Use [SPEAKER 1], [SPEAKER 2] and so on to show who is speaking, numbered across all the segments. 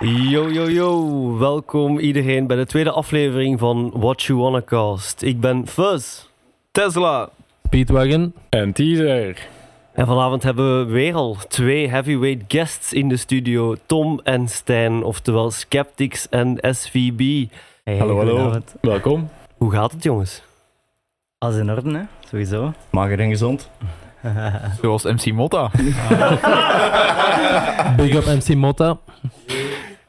[SPEAKER 1] Yo, yo, yo. Welkom iedereen bij de tweede aflevering van What You Wanna Cast. Ik ben Fuzz, Tesla.
[SPEAKER 2] Pete Wagen.
[SPEAKER 3] En teaser.
[SPEAKER 1] En vanavond hebben we weer al twee heavyweight guests in de studio. Tom en Stijn, oftewel Skeptics en SVB.
[SPEAKER 4] Hey,
[SPEAKER 3] Hallo, hallo.
[SPEAKER 4] goedenavond.
[SPEAKER 3] Welkom.
[SPEAKER 1] Hoe gaat het, jongens?
[SPEAKER 4] Alles in orde, hè? Sowieso.
[SPEAKER 5] Mager en gezond.
[SPEAKER 6] Zoals MC Motta.
[SPEAKER 2] Big up MC Motta.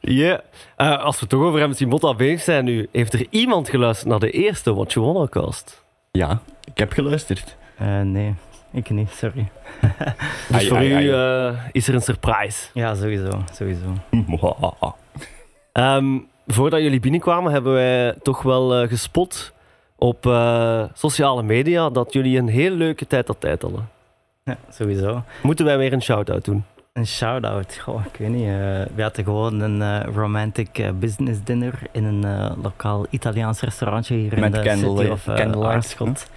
[SPEAKER 1] Ja. Eh, als we toch over MC Motta bezig zijn nu, heeft er iemand geluisterd naar de eerste What You Wanna Cast?
[SPEAKER 5] Ja, ik heb geluisterd.
[SPEAKER 4] Eh, nee, ik niet, sorry.
[SPEAKER 1] Dus
[SPEAKER 3] Ai,
[SPEAKER 1] voor
[SPEAKER 3] ai,
[SPEAKER 1] u
[SPEAKER 3] ai.
[SPEAKER 1] eh, is er een surprise.
[SPEAKER 4] Ja, sowieso, sowieso.
[SPEAKER 5] Mwahaha.
[SPEAKER 1] Ehm, voordat jullie binnenkwamen hebben wij toch wel eh, gespot op eh, sociale media dat jullie een heel leuke tijd dat tijd hadden.
[SPEAKER 4] Ja, sowieso.
[SPEAKER 1] Moeten wij weer een shout-out doen?
[SPEAKER 4] Een shout-out. Goh, ik weet niet. eh, we hadden gewoon een eh, romantic eh, business dinner in een eh, lokaal Italiaans restaurantje hier in
[SPEAKER 5] Met
[SPEAKER 4] de
[SPEAKER 5] candle-
[SPEAKER 4] city of eh,
[SPEAKER 5] candlelight,
[SPEAKER 4] Aarschot.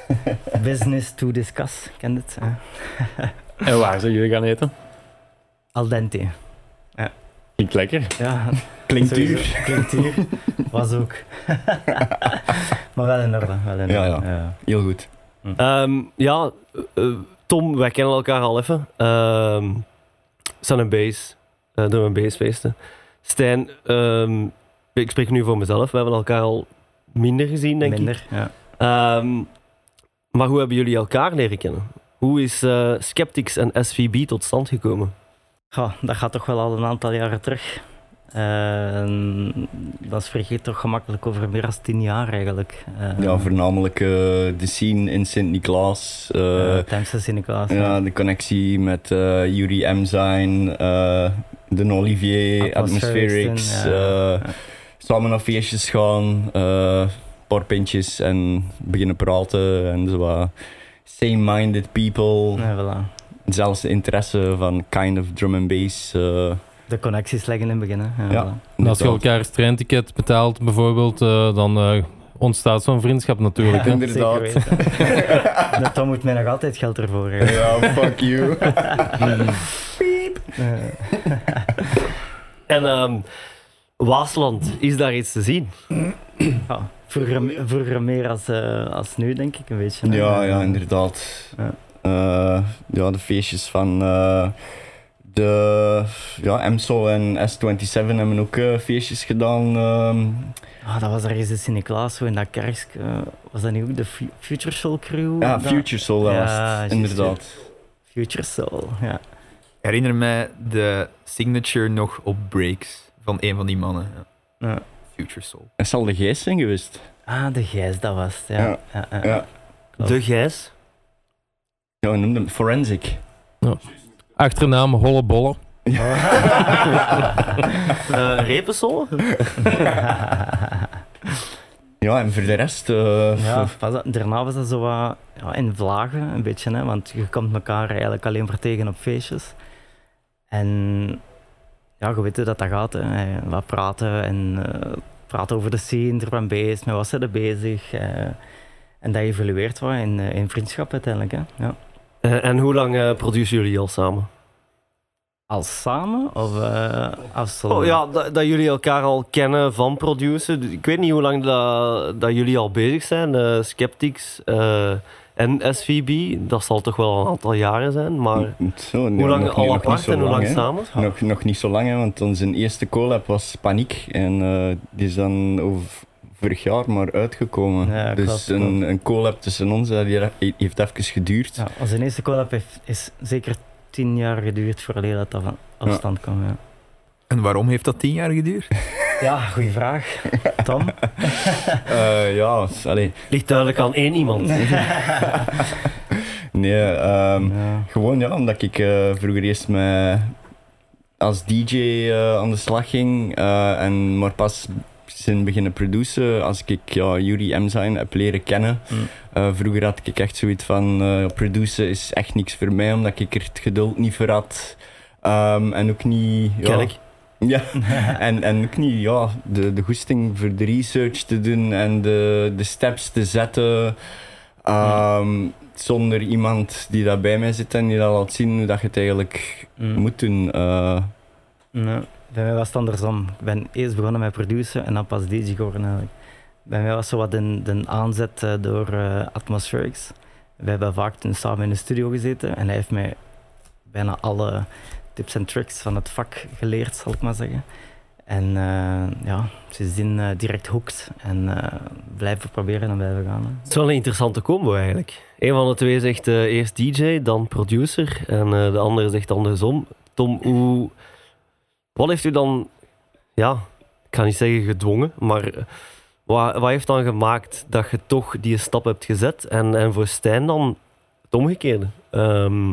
[SPEAKER 4] business to discuss, ken dit? eh?
[SPEAKER 3] En waar zijn jullie gaan eten?
[SPEAKER 4] Al dente.
[SPEAKER 3] Klinkt lekker.
[SPEAKER 4] Ja,
[SPEAKER 5] Klinkt
[SPEAKER 4] sowieso.
[SPEAKER 5] duur.
[SPEAKER 4] Klinkt duur. Was ook. maar wel in orde, wel in orde.
[SPEAKER 5] Ja, ja. Heel goed.
[SPEAKER 1] Ehm, ja, eh, eh, Tom, wij kennen elkaar al even. Ehm Sun and Base, eh, doen we een feesten. Stijn, ehm, ik spreek nu voor mezelf. We hebben elkaar al minder gezien, denk ik.
[SPEAKER 4] Minder, ja.
[SPEAKER 1] Ehm, maar hoe hebben jullie elkaar leren kennen? Hoe is eh, Skeptics en SVB tot stand gekomen?
[SPEAKER 4] Goh, dat gaat toch wel al een aantal jaren terug. Ehm, dan spreek je toch gemakkelijk over meer dan tien jaar eigenlijk. Ehm,
[SPEAKER 5] Ja, voornamelijk eh, de scene in Sint-Niklaas. eh,
[SPEAKER 4] eh, Temse Sinterklaas.
[SPEAKER 5] ja,
[SPEAKER 4] Ja.
[SPEAKER 5] de connectie met eh Yuri M. Zijn, eh de Olivier,
[SPEAKER 4] eh,
[SPEAKER 5] Atmospherics.
[SPEAKER 4] Atmospherics en, ja.
[SPEAKER 5] eh, samen naar feestjes gaan, eh, een paar pintjes en beginnen praten en zo. wat Same-minded people,
[SPEAKER 4] Ja, voilà.
[SPEAKER 5] zelfs de interesse van kind of drum and bass. eh,
[SPEAKER 4] De connecties liggen in het begin. Hè. Ja,
[SPEAKER 5] Ja.
[SPEAKER 4] voilà.
[SPEAKER 2] En als je
[SPEAKER 5] inderdaad.
[SPEAKER 2] elkaar treinticket betaalt, bijvoorbeeld, eh, dan eh, ontstaat zo'n vriendschap natuurlijk. hè.
[SPEAKER 4] Ja,
[SPEAKER 5] Inderdaad.
[SPEAKER 4] zeker weten. De Tom moet mij nog altijd geld ervoor geven.
[SPEAKER 5] Ja, fuck you.
[SPEAKER 4] Eh,
[SPEAKER 1] En ehm, Waasland, is daar iets te zien?
[SPEAKER 4] ja, vroeger, vroeger meer als, eh, als nu, denk ik, een beetje. hè.
[SPEAKER 5] Ja, ja, inderdaad.
[SPEAKER 4] Ja.
[SPEAKER 5] Eh, ja, de feestjes van eh, de ja, MSO en S27 hebben ook eh, feestjes gedaan. ehm.
[SPEAKER 4] Ah, dat was ergens in Sinterklaas, zo in dat kerk. eh, was dat niet ook de Fu- Future Soul Crew?
[SPEAKER 5] ja,
[SPEAKER 4] Dat-
[SPEAKER 5] Future Soul dat
[SPEAKER 4] Ja,
[SPEAKER 5] was het,
[SPEAKER 4] juist,
[SPEAKER 5] inderdaad.
[SPEAKER 4] Future Soul, ja.
[SPEAKER 6] Herinner mij de signature nog op breaks van een van die mannen. Ja.
[SPEAKER 4] ja.
[SPEAKER 6] Future Soul.
[SPEAKER 5] Dat zal de geest zijn geweest.
[SPEAKER 4] Ah, de Gijs, dat was het, ja.
[SPEAKER 5] Ja.
[SPEAKER 4] Ja, ja, ja.
[SPEAKER 5] Ja.
[SPEAKER 4] Klopt.
[SPEAKER 1] De Gijs.
[SPEAKER 5] Ja, we noemden hem Forensic.
[SPEAKER 2] Achternaam Holle Bolle.
[SPEAKER 1] Eh Repensolle?
[SPEAKER 5] Ja, en voor de rest... eh,
[SPEAKER 4] Ja, pas op, daarna was dat zo wat ja, in vlagen, een beetje, hè, want je komt elkaar eigenlijk alleen maar tegen op feestjes. En ja, je weet hoe dat dat gaat, hè. wat praten en eh, praten over de scene, er ben bezig, met wat zijn er bezig. eh, en dat evolueert wat in, eh, in vriendschap uiteindelijk. Hè. Ja.
[SPEAKER 1] Eh, en hoe lang eh produceren jullie al samen?
[SPEAKER 4] Al samen of eh afzonder?
[SPEAKER 1] Oh ja, dat, dat jullie elkaar al kennen van produceren. Dus Ik weet niet hoe lang dat, dat jullie al bezig zijn. eh Skeptics eh, en SVB, dat zal toch wel een aantal jaren zijn. Maar
[SPEAKER 5] zo, nee,
[SPEAKER 1] hoe lang
[SPEAKER 5] nog niet-
[SPEAKER 1] al
[SPEAKER 5] nog niet
[SPEAKER 1] apart
[SPEAKER 5] zo
[SPEAKER 1] en hoe lang
[SPEAKER 5] hè.
[SPEAKER 1] samen?
[SPEAKER 5] Nog, nog niet zo lang, hè, want onze eerste collab was Paniek. En eh, die is dan over- vorig jaar maar uitgekomen.
[SPEAKER 4] Ja,
[SPEAKER 5] dus
[SPEAKER 4] klopt,
[SPEAKER 5] een,
[SPEAKER 4] klopt.
[SPEAKER 5] een collab tussen ons eh, die he- heeft even geduurd.
[SPEAKER 4] Ja, onze eerste collab heeft, is zeker tien jaar geduurd voordat dat dat van afstand kwam. Ja,
[SPEAKER 6] En waarom heeft dat tien jaar geduurd?
[SPEAKER 4] ja goede vraag. Tom?
[SPEAKER 5] Eh, ja, s- allee.
[SPEAKER 1] Ligt duidelijk aan één iemand.
[SPEAKER 5] Nee, ehm,
[SPEAKER 4] Ja.
[SPEAKER 5] gewoon ja, omdat ik eh, vroeger eerst met, als DJ eh, aan de slag ging. eh, en maar pas zijn beginnen produceren als ik ja, Yuri M. zijn heb leren kennen.
[SPEAKER 4] Mm.
[SPEAKER 5] Eh, vroeger had ik echt zoiets van eh produceren is echt niks voor mij, omdat ik er het geduld niet voor had. Ehm, en ook niet... Ja,
[SPEAKER 1] Kerk.
[SPEAKER 5] Ja, en, en ook niet ja, de, de goesting voor de research te doen en de, de steps te zetten. ehm, Zonder iemand die daar bij mij zit en die dat laat zien hoe dat je het eigenlijk
[SPEAKER 4] Mm.
[SPEAKER 5] moet doen. Eh,
[SPEAKER 4] Nee, bij mij was het andersom. Ik ben eerst begonnen met produceren en dan pas DJ geworden eigenlijk. Bij mij was zo wat een, een aanzet eh, door eh, Atmospherics. We hebben vaak toen samen in de studio gezeten en hij heeft mij bijna alle tips en tricks van het vak geleerd, zal ik maar zeggen. En eh, ja, sindsdien eh, direct hooked en eh, blijven proberen en blijven gaan. hè.
[SPEAKER 1] Het is wel een interessante combo eigenlijk. Een van de twee zegt eh, eerst DJ, dan producer. En eh, de andere zegt andersom. Tom, hoe... Wat heeft u dan... Ja, ik ga niet zeggen gedwongen, maar... eh, Wat, wat heeft dan gemaakt dat je toch die stap hebt gezet? En, en voor Stijn dan het omgekeerde. Ehm,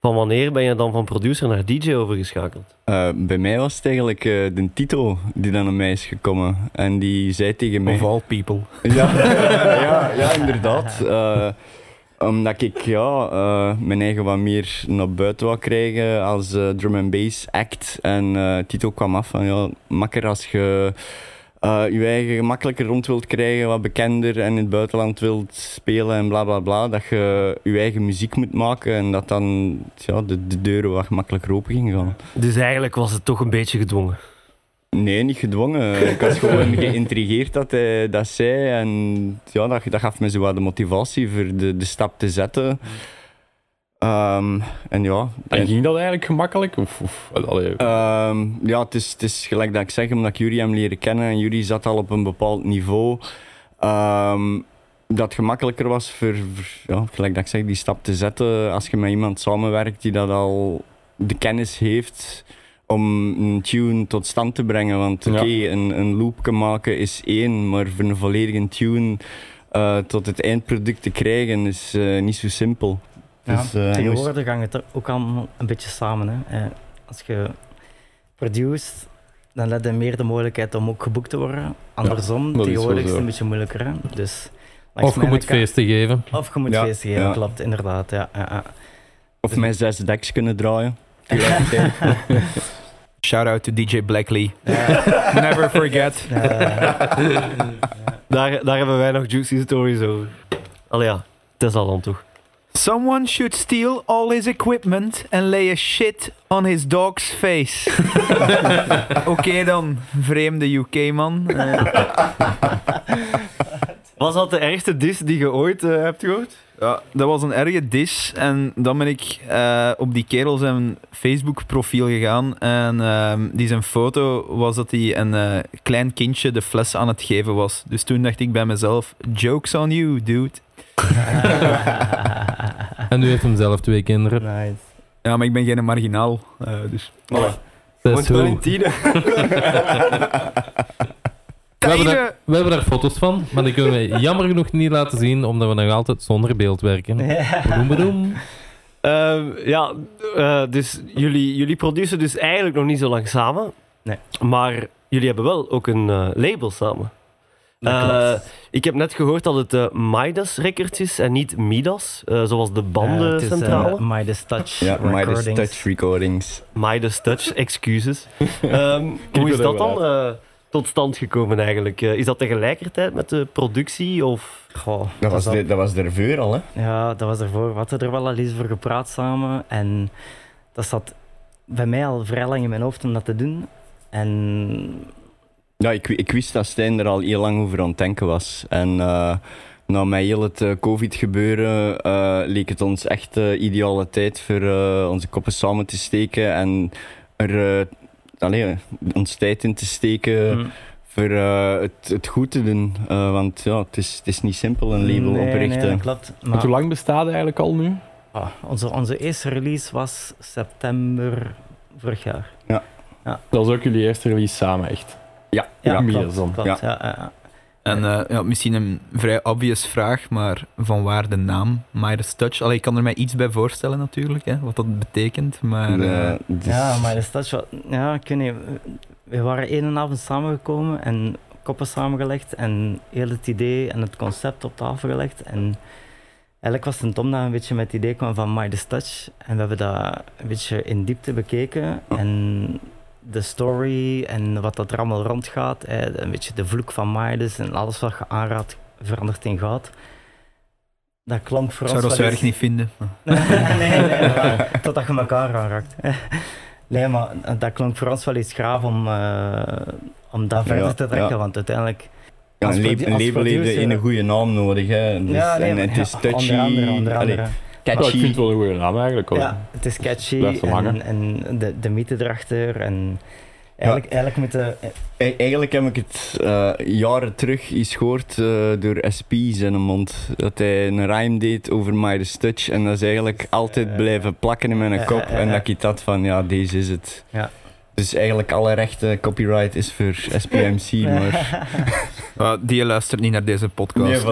[SPEAKER 1] van wanneer ben je dan van producer naar DJ overgeschakeld?
[SPEAKER 5] eh, bij mij was het eigenlijk eh, de Tito die dan aan mij is gekomen. En die zei tegen mij...
[SPEAKER 6] Of all people.
[SPEAKER 5] Ja, ja, ja inderdaad. Eh, omdat ik ja, eh, mijn eigen wat meer naar buiten wou krijgen als eh, drum and bass act. En eh, Tito kwam af van ja, makker als je eh, je eigen gemakkelijker rond wilt krijgen, wat bekender en in het buitenland wilt spelen en bla bla bla. Dat je je eigen muziek moet maken en dat dan ja, de, de deuren wat gemakkelijker open gingen gaan.
[SPEAKER 1] Dus eigenlijk was het toch een beetje gedwongen.
[SPEAKER 5] Nee, niet gedwongen. Ik was gewoon geïntrigeerd dat, hij, dat zij. En ja, dat, dat gaf me zo wat de motivatie voor de, de stap te zetten. Ehm, en ja.
[SPEAKER 3] En
[SPEAKER 5] en-
[SPEAKER 3] ging dat eigenlijk gemakkelijk? Of, of, allee,
[SPEAKER 5] Ehm, ja, het is, het is gelijk dat ik zeg, omdat ik Jury hem leren kennen en Jury zat al op een bepaald niveau. ehm, dat gemakkelijker was voor, voor- ja, gelijk dat ik zeg, die stap te zetten als je met iemand samenwerkt die dat al de kennis heeft om een tune tot stand te brengen. Want
[SPEAKER 3] Ja.
[SPEAKER 5] oké, een, een loopje maken is één, maar voor een volledige tune eh, tot het eindproduct te krijgen is eh, niet zo simpel. Dus, eh, hij moest-
[SPEAKER 4] Tegenwoordig hangt het er ook allemaal een beetje samen. Hè. Eh, als je produceert, dan let je meer de mogelijkheid om ook geboekt te worden. Andersom,
[SPEAKER 3] dat is
[SPEAKER 4] tegenwoordig is
[SPEAKER 3] wel
[SPEAKER 4] het
[SPEAKER 3] zo.
[SPEAKER 4] een beetje moeilijker. Hè. Dus, langs
[SPEAKER 2] Of je
[SPEAKER 4] mijn
[SPEAKER 2] moet
[SPEAKER 4] kant-
[SPEAKER 2] feesten geven.
[SPEAKER 4] Of je moet
[SPEAKER 5] Ja,
[SPEAKER 4] feesten geven,
[SPEAKER 5] ja.
[SPEAKER 4] klopt, inderdaad. Ja, ja, ja.
[SPEAKER 5] of mijn zes decks kunnen draaien.
[SPEAKER 6] Shout out to DJ Blackley.
[SPEAKER 4] Ja.
[SPEAKER 6] Never forget.
[SPEAKER 4] Eh,
[SPEAKER 1] Daar, daar hebben wij nog juicy stories over. Allee ja, het is al dan toch.
[SPEAKER 6] Someone should steal all his equipment and lay a shit on his dog's face. Oké dan, vreemde UK-man.
[SPEAKER 1] Was dat de ergste dis die je ooit eh, hebt gehoord?
[SPEAKER 6] Ja, dat was een erge dis. En dan ben ik eh, op die kerel zijn Facebook-profiel gegaan. En ehm, die zijn foto was dat hij een eh, klein kindje de fles aan het geven was. Dus toen dacht ik bij mezelf, jokes on you, dude.
[SPEAKER 2] En nu heeft hem zelf twee kinderen.
[SPEAKER 4] nice.
[SPEAKER 6] Ja, maar ik ben geen marginaal. eh, dus.
[SPEAKER 2] Dat is hoe- We hebben, daar, we hebben daar foto's van, maar die kunnen we jammer genoeg niet laten zien, omdat we nog altijd zonder beeld werken. Boem, boem.
[SPEAKER 1] Ehm, ja, eh, dus jullie, jullie produceren dus eigenlijk nog niet zo lang samen.
[SPEAKER 4] Nee.
[SPEAKER 1] Maar jullie hebben wel ook een eh, label samen.
[SPEAKER 4] Dat klopt.
[SPEAKER 1] Eh, ik heb net gehoord dat het eh Midas Records is en niet Midas, eh, zoals de
[SPEAKER 4] Eh, het is, eh,
[SPEAKER 1] bandencentrale.
[SPEAKER 4] Midas Touch
[SPEAKER 5] Ja, maar dat is
[SPEAKER 4] Recordings.
[SPEAKER 5] touch recordings.
[SPEAKER 1] Midas Touch, excuses. Ehm, hoe is
[SPEAKER 3] er
[SPEAKER 1] dat
[SPEAKER 3] wel
[SPEAKER 1] dan eh, tot stand gekomen eigenlijk? Eh, is dat tegelijkertijd met de productie of...
[SPEAKER 4] Goh,
[SPEAKER 5] Dat was,
[SPEAKER 4] dat-
[SPEAKER 5] de, dat was de reveur al, hè?
[SPEAKER 4] Ja, dat was ervoor. We hadden er wel al eens voor gepraat samen. En dat zat bij mij al vrij lang in mijn hoofd om dat te doen. En
[SPEAKER 5] Ja, ik, wi- ik wist dat Stijn er al heel lang over aan het denken was. En eh, na met heel het eh, COVID-gebeuren eh, leek het ons echt de ideale tijd voor eh, onze koppen samen te steken en er eh, allee, ons tijd in te steken
[SPEAKER 4] Mm.
[SPEAKER 5] voor eh, het, het goed te doen. Eh, want ja, het, is, het is niet simpel een label
[SPEAKER 4] nee,
[SPEAKER 5] oprichten.
[SPEAKER 4] Nee, dat klopt.
[SPEAKER 3] want
[SPEAKER 4] Maar
[SPEAKER 3] hoe lang bestaat het eigenlijk al nu?
[SPEAKER 4] ah, onze, onze eerste release was september vorig jaar.
[SPEAKER 3] Dat is ook jullie eerste release samen, echt.
[SPEAKER 5] Ja,
[SPEAKER 3] Ja, meer
[SPEAKER 4] klopt,
[SPEAKER 3] dan.
[SPEAKER 4] klopt, ja. ja, ja.
[SPEAKER 6] En eh, ja, misschien een vrij obvious vraag, maar van waar de naam Midas Touch? Allee, ik kan er mij iets bij voorstellen natuurlijk, hè, wat dat betekent. Maar eh,
[SPEAKER 5] Eh, dus-
[SPEAKER 4] Ja, maar dat is dat wat. Ja, ik weet niet. We waren één avond samengekomen en koppen samengelegd en heel het idee en het concept op tafel gelegd. En Eigenlijk was het een Tom dat een beetje met het idee kwam van My This Touch. En we hebben dat een beetje in diepte bekeken. En de story en wat dat er allemaal rondgaat. eh, Een beetje de vloek van Midas en alles wat je aanraadt verandert in goud. Dat klonk voor
[SPEAKER 6] Ik
[SPEAKER 4] ons
[SPEAKER 6] zou dat zo
[SPEAKER 4] wel
[SPEAKER 6] erg
[SPEAKER 4] eens-
[SPEAKER 6] niet vinden.
[SPEAKER 4] nee, nee, nee, maar totdat je elkaar aanraakt. Nee, maar dat klonk voor ons wel iets graaf om, eh, om dat verder
[SPEAKER 5] Ja,
[SPEAKER 4] te trekken,
[SPEAKER 5] ja.
[SPEAKER 4] want uiteindelijk...
[SPEAKER 5] Ja,
[SPEAKER 4] als
[SPEAKER 5] een,
[SPEAKER 4] produ-
[SPEAKER 5] lab- een
[SPEAKER 4] als
[SPEAKER 5] label heeft
[SPEAKER 4] producer-
[SPEAKER 5] een goede naam nodig. Hè. Dus,
[SPEAKER 4] Ja, nee,
[SPEAKER 5] en
[SPEAKER 4] maar-
[SPEAKER 5] het is
[SPEAKER 4] ja,
[SPEAKER 5] touchy.
[SPEAKER 4] Onder andere, onder
[SPEAKER 5] allee,
[SPEAKER 4] andere.
[SPEAKER 3] Ja, ik
[SPEAKER 5] Eh,
[SPEAKER 2] Oh,
[SPEAKER 5] catchy.
[SPEAKER 3] vind het wel een goede naam eigenlijk. hoor.
[SPEAKER 4] Ja, het is catchy
[SPEAKER 3] Blijft wel
[SPEAKER 4] en,
[SPEAKER 3] hangen.
[SPEAKER 4] en de, de mythe erachter en eigenlijk, eigenlijk met de...
[SPEAKER 5] E- Eigenlijk heb ik het eh, jaren terug eens gehoord eh, door SP zijn mond. Dat hij een rhyme deed over My Touch. En dat is eigenlijk altijd
[SPEAKER 4] eh,
[SPEAKER 5] blijven plakken in
[SPEAKER 4] eh,
[SPEAKER 5] mijn kop.
[SPEAKER 4] eh, eh,
[SPEAKER 5] En
[SPEAKER 4] eh.
[SPEAKER 5] dat ik dat van, ja, deze is het.
[SPEAKER 4] Ja.
[SPEAKER 5] Dus eigenlijk alle rechten, copyright is voor SPMC, maar...
[SPEAKER 6] Eh, die luistert niet naar deze podcast.
[SPEAKER 5] Nee,
[SPEAKER 6] dus-
[SPEAKER 5] voilà.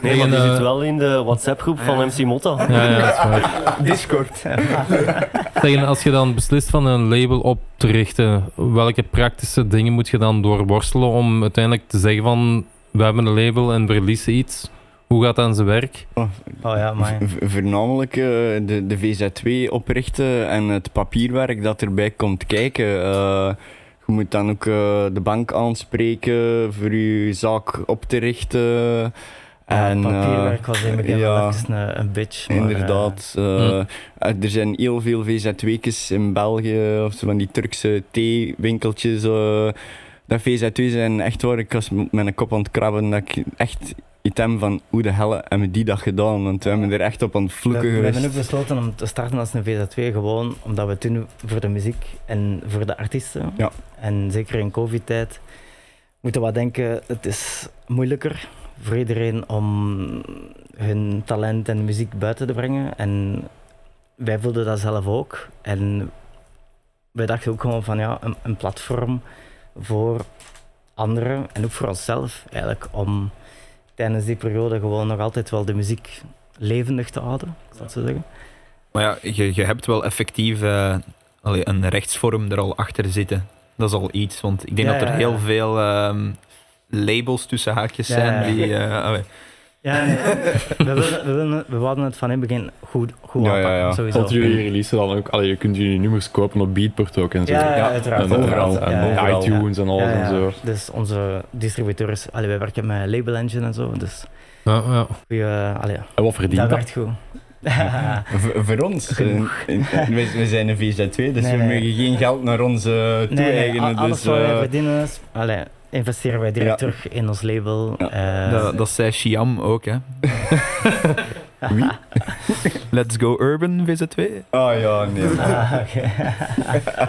[SPEAKER 1] Nee,
[SPEAKER 2] Nee,
[SPEAKER 1] maar die
[SPEAKER 2] en, eh,
[SPEAKER 1] zit wel in de WhatsApp-groep van MC Motta.
[SPEAKER 2] Ja, ja, dat is waar.
[SPEAKER 5] Discord.
[SPEAKER 2] Zeg, en als je dan beslist van een label op te richten, welke praktische dingen moet je dan doorworstelen om uiteindelijk te zeggen van we hebben een label en we releasen iets? Hoe gaat dat aan zijn werk?
[SPEAKER 4] Oh ja, maar...
[SPEAKER 5] V- Voornamelijk eh, de, de VZ2 oprichten en het papierwerk dat erbij komt kijken. Eh, je moet dan ook eh, de bank aanspreken voor je zaak op te richten. En, eh,
[SPEAKER 4] papierwerk was in het begin wel
[SPEAKER 5] ja.
[SPEAKER 4] even een, een bitch. maar, eh,
[SPEAKER 5] Inderdaad. eh, eh, Er zijn heel veel VZ2'tjes in België, of zo van die Turkse theewinkeltjes. eh dat VZ2 zijn echt waar, ik was met mijn kop aan het krabben, dat ik echt iets heb van hoe de hel hebben we die dag gedaan, want we hebben er echt op aan het
[SPEAKER 4] we,
[SPEAKER 5] vloeken
[SPEAKER 4] we
[SPEAKER 5] geweest.
[SPEAKER 4] hebben ook besloten om te starten als een VZ2, gewoon omdat we toen voor de muziek en voor de artiesten.
[SPEAKER 5] Ja.
[SPEAKER 4] En zeker in COVID-tijd moeten we wat denken, het is moeilijker voor iedereen om hun talent en muziek buiten te brengen. En wij voelden dat zelf ook. En wij dachten ook gewoon van ja, een, een platform voor anderen en ook voor onszelf eigenlijk om tijdens die periode gewoon nog altijd wel de muziek levendig te houden, ik zal het zo zeggen.
[SPEAKER 6] Maar ja, je, je hebt wel effectief eh, allee, een rechtsvorm er al achter zitten. Dat is al iets, want ik denk
[SPEAKER 4] Ja,
[SPEAKER 6] dat er
[SPEAKER 4] ja, ja.
[SPEAKER 6] heel veel ehm, labels tussen haakjes
[SPEAKER 4] Ja,
[SPEAKER 6] zijn
[SPEAKER 4] ja, ja.
[SPEAKER 6] die... eh, allee,
[SPEAKER 4] Ja, nee, we, wilden, we, wilden, we wilden het van in het begin goed, goed
[SPEAKER 5] Ja, ja,
[SPEAKER 4] aanpakken,
[SPEAKER 5] ja.
[SPEAKER 4] sowieso.
[SPEAKER 3] Want jullie releasen dan ook, allee, je kunt jullie nummers kopen op Beatport ook en zo.
[SPEAKER 4] Ja, ja, uiteraard.
[SPEAKER 3] en overal.
[SPEAKER 4] uiteraard. Ja,
[SPEAKER 3] en
[SPEAKER 4] ja, ja.
[SPEAKER 3] iTunes en alles
[SPEAKER 4] Ja, ja.
[SPEAKER 3] en zo.
[SPEAKER 4] Dus onze distributeurs, allee, wij werken met Label Engine en zo, dus
[SPEAKER 2] Ja, ja.
[SPEAKER 4] goeie, allee,
[SPEAKER 3] En Eh, wat verdient
[SPEAKER 4] dat
[SPEAKER 3] dat?
[SPEAKER 4] werkt goed.
[SPEAKER 5] V- voor ons.
[SPEAKER 4] Genoeg.
[SPEAKER 5] Eh, eh, we, we zijn een VZ2, dus
[SPEAKER 4] Nee,
[SPEAKER 5] we
[SPEAKER 4] nee.
[SPEAKER 5] mogen geen geld naar ons eh, toe-eigenen.
[SPEAKER 4] al- alles
[SPEAKER 5] dus,
[SPEAKER 4] wat wij
[SPEAKER 5] eh,
[SPEAKER 4] verdienen, is- allee, investeren wij direct
[SPEAKER 5] Ja.
[SPEAKER 4] terug in ons label.
[SPEAKER 5] Ja.
[SPEAKER 4] eh,
[SPEAKER 6] dat, dat zei Siam ook, hè.
[SPEAKER 5] Wie?
[SPEAKER 6] Let's go urban, VZ2.
[SPEAKER 5] Ah ja, nee.
[SPEAKER 4] ah, oké.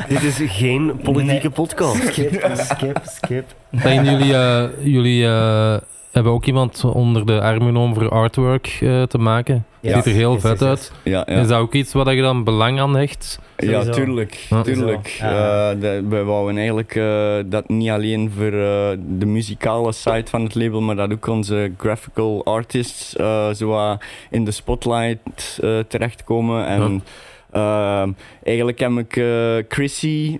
[SPEAKER 1] Dit is geen politieke
[SPEAKER 4] Nee.
[SPEAKER 1] podcast.
[SPEAKER 4] skip, skip, skip.
[SPEAKER 2] Zeg, en jullie eh, jullie eh, hebben ook iemand onder de arm genomen voor artwork eh, te maken.
[SPEAKER 4] Ja.
[SPEAKER 2] Ziet er heel
[SPEAKER 4] Yes,
[SPEAKER 2] vet
[SPEAKER 4] yes, yes.
[SPEAKER 2] uit.
[SPEAKER 5] Ja, ja.
[SPEAKER 2] Is dat ook iets waar je dan belang aan hecht?
[SPEAKER 5] Ja,
[SPEAKER 4] Sowieso.
[SPEAKER 5] tuurlijk.
[SPEAKER 2] Ja.
[SPEAKER 5] tuurlijk.
[SPEAKER 4] Sowieso, ja.
[SPEAKER 5] Eh, de- we wouden eigenlijk eh, dat niet alleen voor eh, de muzikale side van het label, maar dat ook onze graphical artists eh, zo wat in de spotlight eh, terechtkomen. En ehm, eigenlijk heb ik eh, Chrissy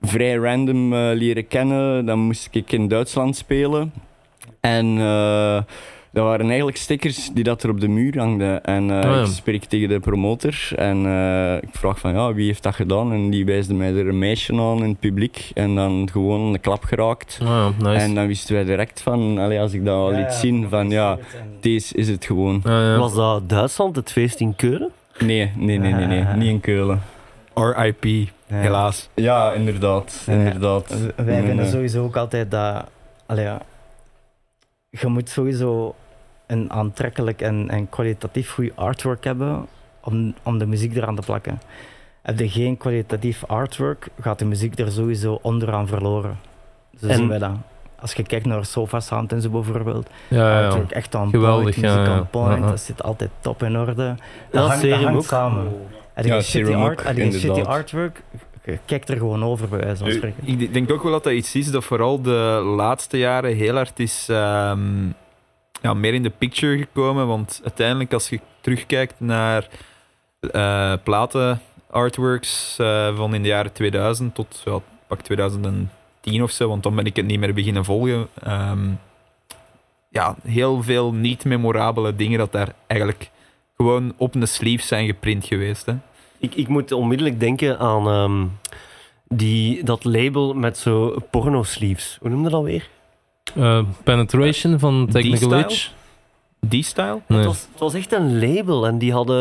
[SPEAKER 5] vrij random eh, leren kennen. Dan moest ik in Duitsland spelen. En eh, dat waren eigenlijk stickers die dat er op de muur hangden. En eh,
[SPEAKER 2] Ah, ja.
[SPEAKER 5] ik spreek tegen de promotor en eh, ik vraag van ja, wie heeft dat gedaan? En die wijsde mij er een meisje aan in het publiek en dan gewoon aan de klap geraakt.
[SPEAKER 2] Ah, nice.
[SPEAKER 5] En dan wisten wij direct van, allee, als ik dat al
[SPEAKER 4] Ja,
[SPEAKER 5] liet
[SPEAKER 4] ja,
[SPEAKER 5] zien, van ja, deze is het gewoon.
[SPEAKER 2] Ah, ja.
[SPEAKER 1] Was dat Duitsland, het feest in Keuren?
[SPEAKER 5] Nee, nee, nee, nee, nee,
[SPEAKER 4] Ah.
[SPEAKER 5] niet in Keulen.
[SPEAKER 6] RIP,
[SPEAKER 4] Ja.
[SPEAKER 6] helaas.
[SPEAKER 5] Ja, inderdaad,
[SPEAKER 4] Ja.
[SPEAKER 5] inderdaad.
[SPEAKER 4] Wij
[SPEAKER 5] Nee,
[SPEAKER 4] vinden
[SPEAKER 5] nee.
[SPEAKER 4] sowieso ook altijd dat. Allee, ja, je moet sowieso een aantrekkelijk en, en kwalitatief goed artwork hebben om, om de muziek eraan te plakken. Heb je geen kwalitatief artwork, gaat de muziek er sowieso onderaan verloren. Zo
[SPEAKER 1] En-
[SPEAKER 4] zien wij dat. Als je kijkt naar Sofa Sound en zo bijvoorbeeld,
[SPEAKER 2] ja, ja, ja.
[SPEAKER 4] artwork echt on
[SPEAKER 2] Geweldig,
[SPEAKER 4] point, muziek
[SPEAKER 2] ja, ja.
[SPEAKER 4] on point,
[SPEAKER 2] Ja, ja.
[SPEAKER 4] dat zit altijd top in orde.
[SPEAKER 1] Dat
[SPEAKER 4] hangt-
[SPEAKER 1] Serum
[SPEAKER 4] hangt
[SPEAKER 1] ook.
[SPEAKER 4] samen. Had ik
[SPEAKER 5] Ja,
[SPEAKER 4] een shitty,
[SPEAKER 5] Serum
[SPEAKER 4] art,
[SPEAKER 5] ook,
[SPEAKER 4] had ik een shitty
[SPEAKER 5] inderdaad.
[SPEAKER 4] artwork, je kijkt er gewoon over bij wijze van spreken.
[SPEAKER 6] Ik d- denk ook wel dat dat iets is dat vooral de laatste jaren heel hard is ehm, ja, meer in de picture gekomen. Want uiteindelijk, als je terugkijkt naar eh, platen, artworks eh, van in de jaren 2000 tot ja, pak 2010 of zo, want dan ben ik het niet meer beginnen volgen. Ehm, ja, heel veel niet-memorabele dingen dat daar eigenlijk gewoon op een sleeve zijn geprint geweest. Hè?
[SPEAKER 1] Ik, ik moet onmiddellijk denken aan ehm, die, dat label met zo porno sleeves. Hoe noemde dat alweer?
[SPEAKER 2] Eh, penetration van Technical
[SPEAKER 6] D-style?
[SPEAKER 2] Edge.
[SPEAKER 6] Die style?
[SPEAKER 2] Nee.
[SPEAKER 1] Het, was, het was echt een label en die hadden.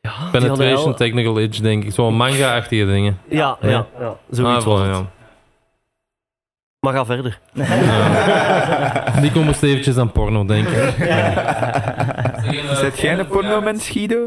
[SPEAKER 1] Ja, die hadden
[SPEAKER 2] Penetration,
[SPEAKER 1] wel-
[SPEAKER 2] Technical Edge, denk ik. Zo'n manga-achtige dingen.
[SPEAKER 1] ja, ja, ja, zoiets
[SPEAKER 2] Ah,
[SPEAKER 1] was
[SPEAKER 2] voilà,
[SPEAKER 1] het.
[SPEAKER 2] ja.
[SPEAKER 1] Maar ga verder.
[SPEAKER 2] Die komt best eventjes aan porno denken.
[SPEAKER 6] Zet jij een pornomens, Guido?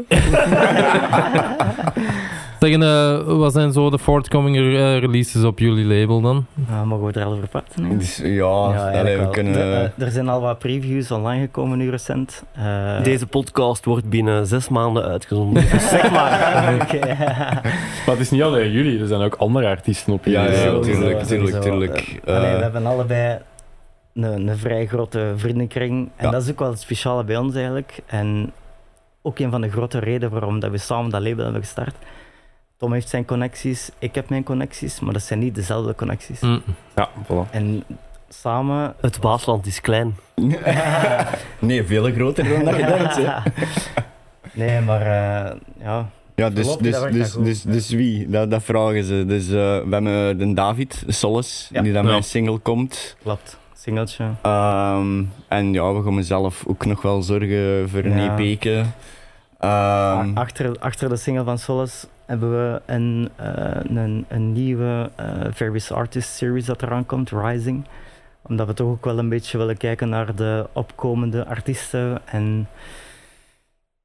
[SPEAKER 2] Tegen, eh, wat zijn zo de forthcoming eh, releases op jullie label dan?
[SPEAKER 4] Eh, mogen we er al over praten? hè?
[SPEAKER 5] Dus ja, allee,
[SPEAKER 4] eigenlijk
[SPEAKER 5] we
[SPEAKER 4] wel.
[SPEAKER 5] kunnen...
[SPEAKER 4] De- eh, er zijn al wat previews online gekomen nu recent. Eh,
[SPEAKER 1] Deze podcast wordt binnen zes maanden uitgezonden. Dus zeg maar.
[SPEAKER 4] Oké.
[SPEAKER 3] Maar het is niet alleen jullie, er zijn ook andere artiesten op
[SPEAKER 5] ja, ja,
[SPEAKER 3] jullie.
[SPEAKER 5] ja,
[SPEAKER 4] sowieso,
[SPEAKER 5] tuurlijk, tuurlijk,
[SPEAKER 4] sowieso.
[SPEAKER 5] tuurlijk.
[SPEAKER 4] Eh, allee,
[SPEAKER 5] Eh,
[SPEAKER 4] we hebben allebei een, een vrij grote vriendenkring. En
[SPEAKER 5] Ja.
[SPEAKER 4] dat is ook wel het speciale bij ons eigenlijk. En ook een van de grote redenen waarom dat we samen dat label hebben gestart. Tom heeft zijn connecties, ik heb mijn connecties, maar dat zijn niet dezelfde connecties.
[SPEAKER 2] Mm.
[SPEAKER 3] Ja, voilà.
[SPEAKER 4] En samen
[SPEAKER 1] Het Waasland is klein.
[SPEAKER 5] nee, veel groter dan dat je denkt. Hè.
[SPEAKER 4] nee, maar eh, ja.
[SPEAKER 5] Ja, dus,
[SPEAKER 4] Verloop,
[SPEAKER 5] dus,
[SPEAKER 4] dat werkt
[SPEAKER 5] dus,
[SPEAKER 4] dan goed.
[SPEAKER 5] dus, dus wie? Dat, dat vragen ze. Dus eh, we hebben de David Solis,
[SPEAKER 4] Ja.
[SPEAKER 5] die dan
[SPEAKER 2] Ja.
[SPEAKER 5] met een single komt.
[SPEAKER 4] Klopt. Singeltje.
[SPEAKER 5] Ehm, en ja, we gaan mezelf ook nog wel zorgen voor een
[SPEAKER 4] Ja. Ah,
[SPEAKER 5] EP'ke. Ehm,
[SPEAKER 4] achter, achter de single van Solace hebben we een, eh, een, een nieuwe eh, Various Artist Series dat eraan komt, Rising. Omdat we toch ook wel een beetje willen kijken naar de opkomende artiesten. En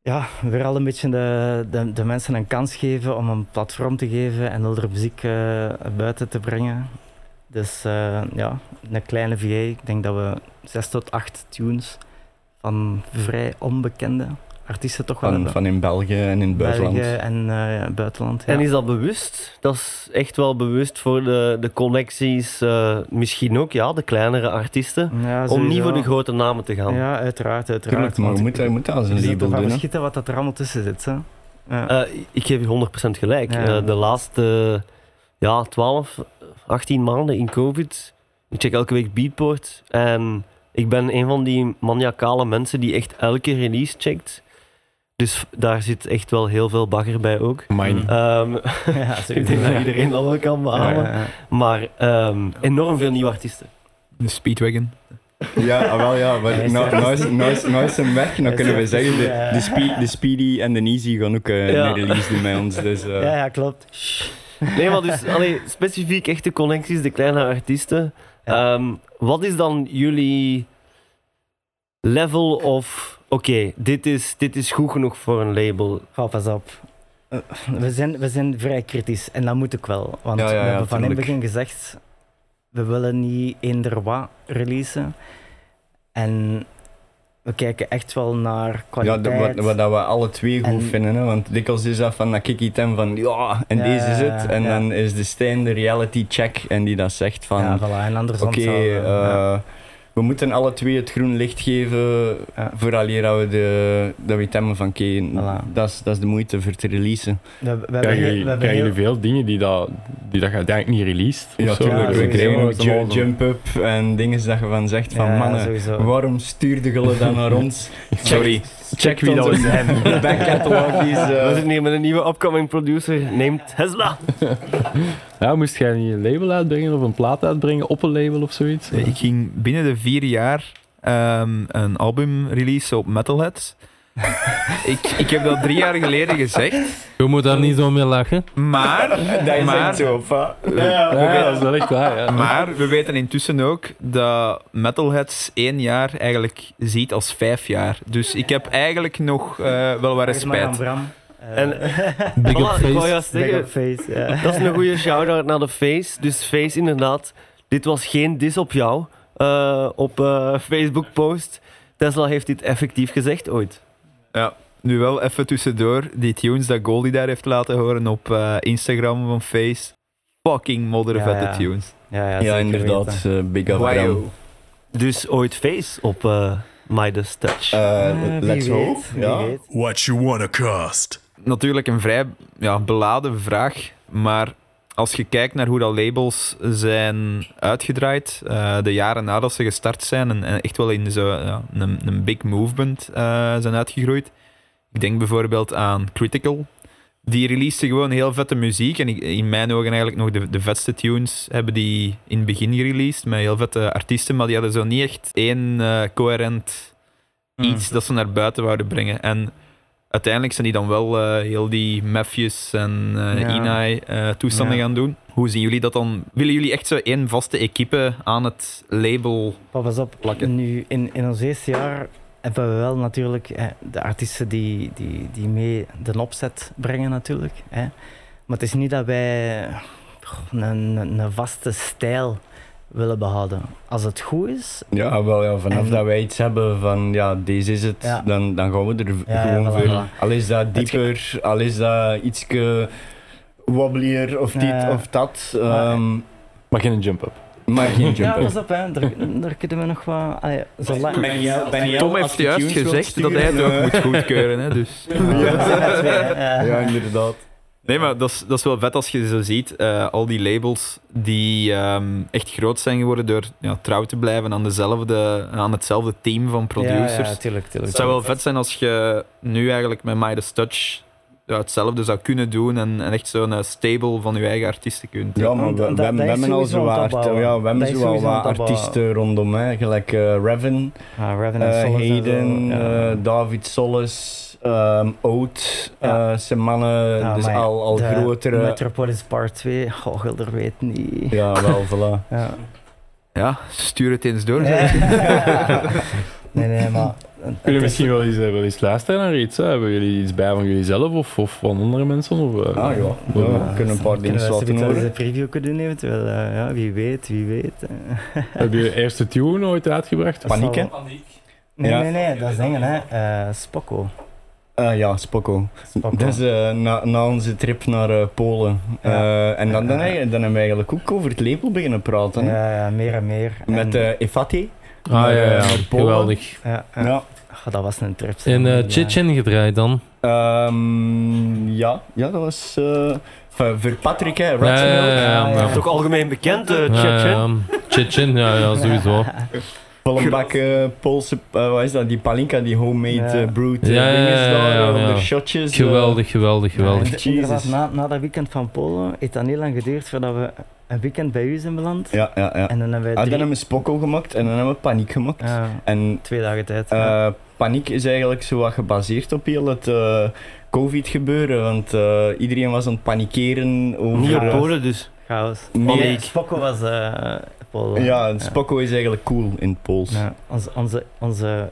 [SPEAKER 4] ja, weer al een beetje de, de, de mensen een kans geven om een platform te geven en andere muziek eh, buiten te brengen. Dus eh, ja, een kleine VA. Ik denk dat we zes tot acht tunes van vrij onbekende artiesten toch wel
[SPEAKER 5] van,
[SPEAKER 4] hebben.
[SPEAKER 5] van in België en in het buitenland.
[SPEAKER 4] België en eh, buitenland. Ja.
[SPEAKER 1] En is dat bewust? Dat is echt wel bewust voor de, de connecties, eh, misschien ook, ja, de kleinere artiesten.
[SPEAKER 4] Ja,
[SPEAKER 1] Om niet
[SPEAKER 4] sowieso.
[SPEAKER 1] voor de grote namen te gaan.
[SPEAKER 4] Ja, uiteraard, uiteraard.
[SPEAKER 5] Tuurlijk, maar je
[SPEAKER 4] want
[SPEAKER 5] moet, je moet dat als een
[SPEAKER 4] je zit
[SPEAKER 5] label
[SPEAKER 4] ervan
[SPEAKER 5] doen. hè.
[SPEAKER 4] verschieten wat dat er allemaal tussen zit. Hè? Ja.
[SPEAKER 1] Eh, ik geef je 100% gelijk.
[SPEAKER 4] Ja.
[SPEAKER 1] Eh, de laatste ja, 12, 18 maanden in COVID. Ik check elke week Beatport. En ik ben een van die maniacale mensen die echt elke release checkt. Dus daar zit echt wel heel veel bagger bij ook.
[SPEAKER 3] Mine.
[SPEAKER 4] Eh,
[SPEAKER 1] Ehm,
[SPEAKER 4] ja,
[SPEAKER 1] ik
[SPEAKER 4] sowieso.
[SPEAKER 1] denk dat iedereen dat wel kan beamen.
[SPEAKER 4] Ja, ja.
[SPEAKER 1] Maar ehm, enorm veel nieuwe artiesten.
[SPEAKER 6] De Speedwagon.
[SPEAKER 5] Ja, ah, wel ja,
[SPEAKER 4] Hij is
[SPEAKER 5] maar nou-
[SPEAKER 4] er.
[SPEAKER 5] nou is- nou is- nou is hem weg,
[SPEAKER 4] Hij
[SPEAKER 5] dan
[SPEAKER 4] is
[SPEAKER 5] kunnen we
[SPEAKER 4] er.
[SPEAKER 5] zeggen, de,
[SPEAKER 4] Ja.
[SPEAKER 5] de, speed, de Speedy en de Easy gaan ook eh,
[SPEAKER 1] Ja.
[SPEAKER 5] een release doen bij ons. Dus, eh,
[SPEAKER 4] ja, ja, klopt. Shh.
[SPEAKER 1] Nee, maar dus allee, specifiek echte connecties, de kleine artiesten.
[SPEAKER 4] Ja.
[SPEAKER 1] Ehm, wat is dan jullie level of... Oké, dit, is, dit is goed genoeg voor een label.
[SPEAKER 4] Ga Oh, pas op. Eh, We zijn, we zijn vrij kritisch en dat moet ook wel. Want
[SPEAKER 5] Ja, ja, ja,
[SPEAKER 4] we hebben van in het
[SPEAKER 5] tuurlijk.
[SPEAKER 4] begin gezegd: we willen niet eender wat releasen. En we kijken echt wel naar
[SPEAKER 5] Ja,
[SPEAKER 4] kwaliteit.
[SPEAKER 5] de- wat, wat dat we alle twee goed
[SPEAKER 4] En-
[SPEAKER 5] vinden. Hè? Want dikwijls is dat van dat Kiki Tem van ja, en
[SPEAKER 4] Ja,
[SPEAKER 5] deze is het. En
[SPEAKER 4] ja.
[SPEAKER 5] dan is de Stijn de reality check en die dat zegt van
[SPEAKER 4] ja, voilà, en andersom.
[SPEAKER 5] oké,
[SPEAKER 4] hetzelfde. Ja.
[SPEAKER 5] eh, we moeten alle twee het groen licht geven
[SPEAKER 4] Ja.
[SPEAKER 5] vooraleer dat we, de, dat we temmen van oké,
[SPEAKER 4] Voilà.
[SPEAKER 5] dat, is, dat is de moeite voor te releasen.
[SPEAKER 4] We, we hebben,
[SPEAKER 3] Krijgen
[SPEAKER 4] heel- we
[SPEAKER 3] jullie-
[SPEAKER 4] hebben
[SPEAKER 3] krijgen
[SPEAKER 4] heel-
[SPEAKER 3] jullie veel dingen die dat, die dat je eigenlijk niet released? of
[SPEAKER 5] Ja,
[SPEAKER 3] zo?
[SPEAKER 5] tuurlijk.
[SPEAKER 4] Ja,
[SPEAKER 5] we
[SPEAKER 4] sowieso.
[SPEAKER 5] krijgen ook
[SPEAKER 3] Dat is allemaal
[SPEAKER 5] ju-
[SPEAKER 3] zo.
[SPEAKER 5] jump-up en dingen dat je van zegt van
[SPEAKER 4] Ja,
[SPEAKER 5] mannen,
[SPEAKER 4] sowieso.
[SPEAKER 5] waarom stuurde jullie dat naar ons? Sorry,
[SPEAKER 3] Check wie dat we
[SPEAKER 5] onze
[SPEAKER 3] zijn.
[SPEAKER 5] Back catalog is... eh,
[SPEAKER 1] We zitten hier met een nieuwe upcoming producer, neemt Hesla.
[SPEAKER 3] Ja, Nou, moest jij niet een label uitbrengen of een plaat uitbrengen op een label of zoiets?
[SPEAKER 6] Nee, Ik ging binnen de vier jaar ehm, een album releasen op Metalheads. ik, ik heb dat drie jaar geleden gezegd,
[SPEAKER 2] Je moet daar niet zo mee lachen.
[SPEAKER 6] maar,
[SPEAKER 5] Dat is
[SPEAKER 6] maar,
[SPEAKER 5] echt zo, pa.
[SPEAKER 3] Ja, dat is wel echt waar. Ja.
[SPEAKER 6] maar we weten intussen ook dat Metalheads één jaar eigenlijk ziet als vijf jaar. Dus ik heb eigenlijk nog eh, wel wat
[SPEAKER 4] Zeg maar aan
[SPEAKER 6] respect.
[SPEAKER 4] Bram. Eh,
[SPEAKER 1] En-
[SPEAKER 2] Big
[SPEAKER 1] Voilà,
[SPEAKER 2] up
[SPEAKER 1] ik wou
[SPEAKER 2] face.
[SPEAKER 1] juist
[SPEAKER 4] Big
[SPEAKER 1] zeggen,
[SPEAKER 4] up face. ja.
[SPEAKER 1] dat is een goede shout-out naar de Face. Dus Face, inderdaad, dit was geen dis op jou eh, op eh, Facebook-post. Tesla heeft dit effectief gezegd ooit.
[SPEAKER 6] Nu wel even tussendoor, die tunes dat Goldie daar heeft laten horen op eh, Instagram van Face. Fucking moddervette
[SPEAKER 4] Ja, ja.
[SPEAKER 6] tunes.
[SPEAKER 4] Ja,
[SPEAKER 5] Ja,
[SPEAKER 4] ja, zeker
[SPEAKER 5] inderdaad.
[SPEAKER 4] weten.
[SPEAKER 5] eh, big up,
[SPEAKER 6] Wajo.
[SPEAKER 5] Bram.
[SPEAKER 1] Dus ooit Face op eh Midas Touch.
[SPEAKER 5] Eh,
[SPEAKER 4] Eh, wie
[SPEAKER 5] let's
[SPEAKER 4] weet,
[SPEAKER 5] hope.
[SPEAKER 4] wie
[SPEAKER 5] ja.
[SPEAKER 4] weet.
[SPEAKER 7] What you wanna cost?
[SPEAKER 6] natuurlijk een vrij ja, beladen vraag, maar als je kijkt naar hoe dat labels zijn uitgedraaid, eh, de jaren nadat ze gestart zijn en, en echt wel in zo, ja, een, een big movement eh, zijn uitgegroeid, Ik denk bijvoorbeeld aan Critical. Die releaseden gewoon heel vette muziek. En ik- in mijn ogen eigenlijk nog de, de vetste tunes hebben die in het begin gereleased. Met heel vette artiesten. Maar die hadden zo niet echt één eh, coherent iets dat ze naar buiten wouden brengen. En uiteindelijk zijn die dan wel eh, heel die Maffius en eh
[SPEAKER 5] Ja.
[SPEAKER 6] Inai eh, toestanden
[SPEAKER 5] Ja.
[SPEAKER 6] gaan doen. Hoe zien jullie dat dan? Willen jullie echt zo één vaste equipe aan het label
[SPEAKER 4] Maar pas op,
[SPEAKER 6] plakken?
[SPEAKER 4] nu, in, in ons eerste jaar hebben we wel natuurlijk eh, de artiesten die, die, die mee de opzet brengen natuurlijk. Hè. Maar het is niet dat wij goh, een, een, een vaste stijl willen behouden. Als het goed is,
[SPEAKER 5] Ja, wel, ja, vanaf
[SPEAKER 4] En-
[SPEAKER 5] dat wij iets hebben van ja, deze is het,
[SPEAKER 4] Ja.
[SPEAKER 5] dan, dan gaan we er v-
[SPEAKER 4] Ja, ja,
[SPEAKER 5] gewoon
[SPEAKER 4] voilà,
[SPEAKER 5] voor.
[SPEAKER 4] voilà.
[SPEAKER 5] Al is dat
[SPEAKER 4] Het ge-
[SPEAKER 5] dieper, al is dat iets wobblier of dit
[SPEAKER 4] Ja, ja.
[SPEAKER 5] of dat.
[SPEAKER 4] Maar-
[SPEAKER 5] ehm,
[SPEAKER 3] Maar geen jump-up.
[SPEAKER 5] maar geen
[SPEAKER 4] ja,
[SPEAKER 5] jump
[SPEAKER 4] pas op, hè. Daar, daar kunnen we nog wat... Allee, zolang...
[SPEAKER 6] Tom heeft juist gezegd dat hij het ook
[SPEAKER 5] eh.
[SPEAKER 6] moet goedkeuren. Hè, dus.
[SPEAKER 4] Ja, zijn er twee, hè.
[SPEAKER 5] Ja, inderdaad.
[SPEAKER 6] Nee, maar dat is, dat is wel vet als je zo ziet. eh, al die labels die ehm, echt groot zijn geworden door ja, trouw te blijven aan, dezelfde, aan hetzelfde team van producers.
[SPEAKER 4] Ja, ja, tuurlijk, tuurlijk.
[SPEAKER 6] het zou wel vet zijn als je nu eigenlijk met Midas Touch ja, hetzelfde zou kunnen doen en, en echt zo'n eh, stable van je eigen artiesten kunt.
[SPEAKER 5] Ja, maar
[SPEAKER 4] Want
[SPEAKER 5] we,
[SPEAKER 4] dat-
[SPEAKER 5] we, hebben- we
[SPEAKER 4] dat is
[SPEAKER 5] hebben al
[SPEAKER 4] sowieso
[SPEAKER 5] zo
[SPEAKER 4] aan
[SPEAKER 5] wat,
[SPEAKER 4] het
[SPEAKER 5] art-
[SPEAKER 4] opbouwen.
[SPEAKER 5] ja, we hebben
[SPEAKER 4] Dat is
[SPEAKER 5] zo
[SPEAKER 4] sowieso aan
[SPEAKER 5] wat
[SPEAKER 4] het opbouwen.
[SPEAKER 5] artiesten rondom, hè. gelijk eh Raven,
[SPEAKER 4] Ah, Raven en
[SPEAKER 5] eh
[SPEAKER 4] Solace en zo,
[SPEAKER 5] Hayden,
[SPEAKER 4] ja.
[SPEAKER 5] eh, David Solis, ehm Oat,
[SPEAKER 4] Ja.
[SPEAKER 5] eh, zijn mannen,
[SPEAKER 4] Ja,
[SPEAKER 5] dus
[SPEAKER 4] Ah, maar ja,
[SPEAKER 5] al, al
[SPEAKER 4] de
[SPEAKER 5] grotere...
[SPEAKER 4] Metropolis Part 2, goh, Gilder weet niet.
[SPEAKER 5] Ja, wel, voilà.
[SPEAKER 4] Ja.
[SPEAKER 6] Ja, stuur het eens door. zeg.
[SPEAKER 4] nee, nee, maar.
[SPEAKER 3] Kunnen misschien wel eens, eh, wel eens luisteren naar iets? Hè? Hebben jullie iets bij van jullie zelf of, of van andere mensen? Of,
[SPEAKER 5] Ah
[SPEAKER 3] eh?
[SPEAKER 5] ja, ja, we kunnen een paar dingen laten
[SPEAKER 4] Kunnen we
[SPEAKER 5] horen.
[SPEAKER 4] een preview kunnen doen eventueel? eh, ja, wie weet, wie weet. eh.
[SPEAKER 3] Heb je je eerste tune ooit uitgebracht?
[SPEAKER 4] Dat
[SPEAKER 5] Paniek, hè?
[SPEAKER 4] zal- Nee,
[SPEAKER 5] Ja.
[SPEAKER 4] nee, nee, dat is dingen, hè. Eh, Spokko.
[SPEAKER 5] Eh, ja, Spokko.
[SPEAKER 4] Spokko.
[SPEAKER 5] Dat is eh, na, na onze trip naar eh, Polen.
[SPEAKER 4] Ja.
[SPEAKER 5] Eh, en dan, dan,
[SPEAKER 4] Ja, ja.
[SPEAKER 5] dan hebben we eigenlijk ook over het label beginnen praten. hè.
[SPEAKER 4] Ja, ja, Eh, meer en meer.
[SPEAKER 5] Met
[SPEAKER 4] En,
[SPEAKER 5] eh Efati.
[SPEAKER 2] Ah ja, ja, ja.
[SPEAKER 5] Polen.
[SPEAKER 2] geweldig.
[SPEAKER 4] ja, ja.
[SPEAKER 5] Ja.
[SPEAKER 4] Goh, dat was een trip. zeg.
[SPEAKER 2] In
[SPEAKER 4] Ja.
[SPEAKER 2] eh Chichen gedraaid dan.
[SPEAKER 5] Ehm, ja. ja, dat was... eh, van- voor Patrick, hè. Ratzenmilk.
[SPEAKER 2] Ja, ja, ja,
[SPEAKER 4] ja.
[SPEAKER 1] Dat is toch algemeen bekend, eh
[SPEAKER 2] Ja,
[SPEAKER 1] Chechen?
[SPEAKER 2] ja, Chechen, ja, ja, sowieso.
[SPEAKER 5] Volle bak eh, Poolse... eh, wat is dat? Die palinka, die homemade
[SPEAKER 4] Ja.
[SPEAKER 5] eh, brewed eh,
[SPEAKER 2] Ja, ja,
[SPEAKER 5] dinges
[SPEAKER 2] ja,
[SPEAKER 5] daar.
[SPEAKER 2] ja,
[SPEAKER 5] eh,
[SPEAKER 2] ja.
[SPEAKER 5] onder shotjes. eh.
[SPEAKER 2] Geweldig, geweldig, geweldig.
[SPEAKER 4] Ja,
[SPEAKER 5] Jezus.
[SPEAKER 4] inderdaad, na, na dat weekend van Polen heeft dat niet lang geduurd voordat we een weekend bij u zijn beland.
[SPEAKER 5] Ja, ja, ja.
[SPEAKER 4] En dan hebben
[SPEAKER 5] Ah,
[SPEAKER 4] wij
[SPEAKER 5] dan
[SPEAKER 4] drie,
[SPEAKER 5] hebben we Spokko gemaakt en dan hebben we Paniek gemaakt.
[SPEAKER 4] ja,
[SPEAKER 5] En
[SPEAKER 4] twee dagen tijd. ja.
[SPEAKER 5] Eh, paniek is eigenlijk zo wat gebaseerd op heel het eh, COVID-gebeuren, want eh, iedereen was aan het panikeren over...
[SPEAKER 1] Niet op
[SPEAKER 5] eh,
[SPEAKER 1] Polen dus.
[SPEAKER 4] Chaos. Oh,
[SPEAKER 5] Nee.
[SPEAKER 4] Nee, Spokko was eh Polen.
[SPEAKER 5] ja, en Spokko is eigenlijk cool in het Pools.
[SPEAKER 4] Ja, onze, onze, onze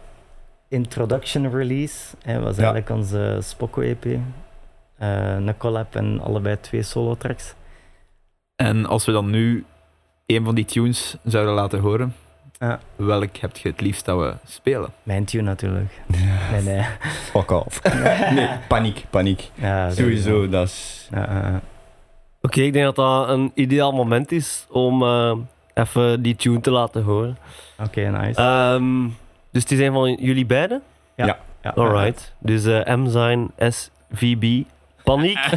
[SPEAKER 4] introduction release hè, was
[SPEAKER 5] Ja.
[SPEAKER 4] eigenlijk onze Spokko EP. Eh, een collab en allebei twee solo tracks.
[SPEAKER 6] En als we dan nu een van die tunes zouden laten horen,
[SPEAKER 4] Ja.
[SPEAKER 6] welk heb je het liefst dat we spelen?
[SPEAKER 4] Mijn tune natuurlijk. Nee, nee.
[SPEAKER 5] Fuck off. nee, paniek, paniek.
[SPEAKER 4] Ja, dat-
[SPEAKER 5] Sowieso, dat is...
[SPEAKER 4] Ja, eh, ja, ja.
[SPEAKER 1] Oké, ik denk dat dat een ideaal moment is om eh, even die tune te laten horen.
[SPEAKER 4] Oké,
[SPEAKER 5] Eh,
[SPEAKER 4] nice.
[SPEAKER 1] Ehm, dus het is een van jullie beiden?
[SPEAKER 4] Ja,
[SPEAKER 1] Alright. Dus eh M-Sign, SVB, Paniek.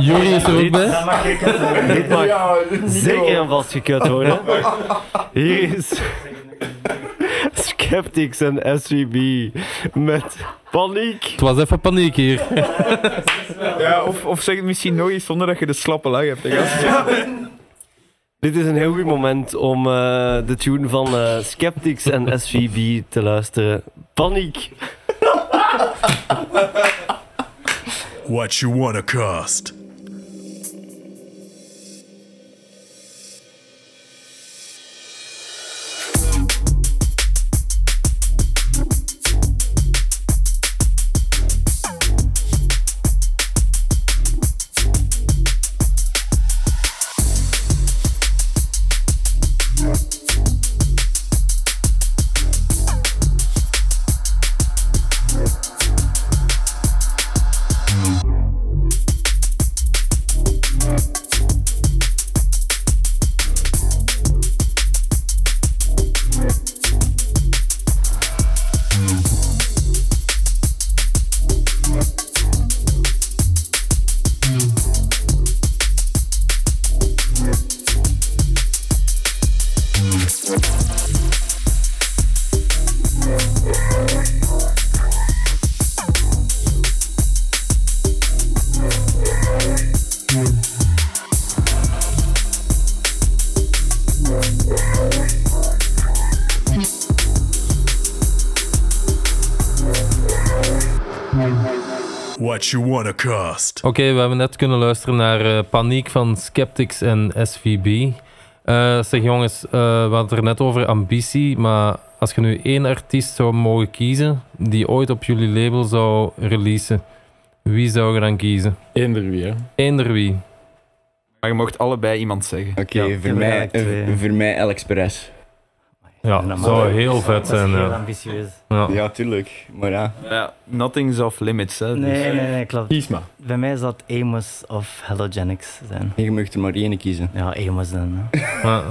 [SPEAKER 2] Jury is er ook bij.
[SPEAKER 4] Dat mag ik het doen.
[SPEAKER 1] Dit mag zeker en vast gekut worden. Hier is Skeptics en SVB met Paniek.
[SPEAKER 2] Het was even paniek hier.
[SPEAKER 6] Ja, of, of zeg het misschien nog eens zonder dat je de slappe lach hebt. hè, gast.
[SPEAKER 1] Dit is een heel goed moment om eh, de tune van eh, Skeptics en SVB te luisteren. Paniek.
[SPEAKER 7] What you wanna cost? What you wanna cost?
[SPEAKER 2] Oké, we hebben net kunnen luisteren naar eh, Paniek van Skeptics en SVB. Eh, zeg jongens, eh, we hadden het er net over ambitie, maar als je nu één artiest zou mogen kiezen die ooit op jullie label zou releasen, wie zou je dan kiezen?
[SPEAKER 3] Eender wie, hè.
[SPEAKER 2] Eender wie?
[SPEAKER 6] Maar je mocht allebei iemand zeggen.
[SPEAKER 5] Oké,
[SPEAKER 2] Ja,
[SPEAKER 5] voor, mij,
[SPEAKER 4] ja, maar ja, ik,
[SPEAKER 5] eh, voor mij Alex Perez.
[SPEAKER 2] Ja,
[SPEAKER 4] dat
[SPEAKER 2] zou heel vet zijn. eh.
[SPEAKER 4] Dat is heel
[SPEAKER 2] Ja.
[SPEAKER 4] ambitieus.
[SPEAKER 2] Ja.
[SPEAKER 5] Ja, tuurlijk. Maar ja,
[SPEAKER 6] Ja, nothing's off limits. Hè, dus.
[SPEAKER 4] Nee, nee, nee, klopt.
[SPEAKER 3] Kies maar.
[SPEAKER 4] Bij mij zou het Amos of Halogenics zijn.
[SPEAKER 5] je mag er maar één kiezen.
[SPEAKER 4] Ja, Amos dan. hè.
[SPEAKER 2] Ja,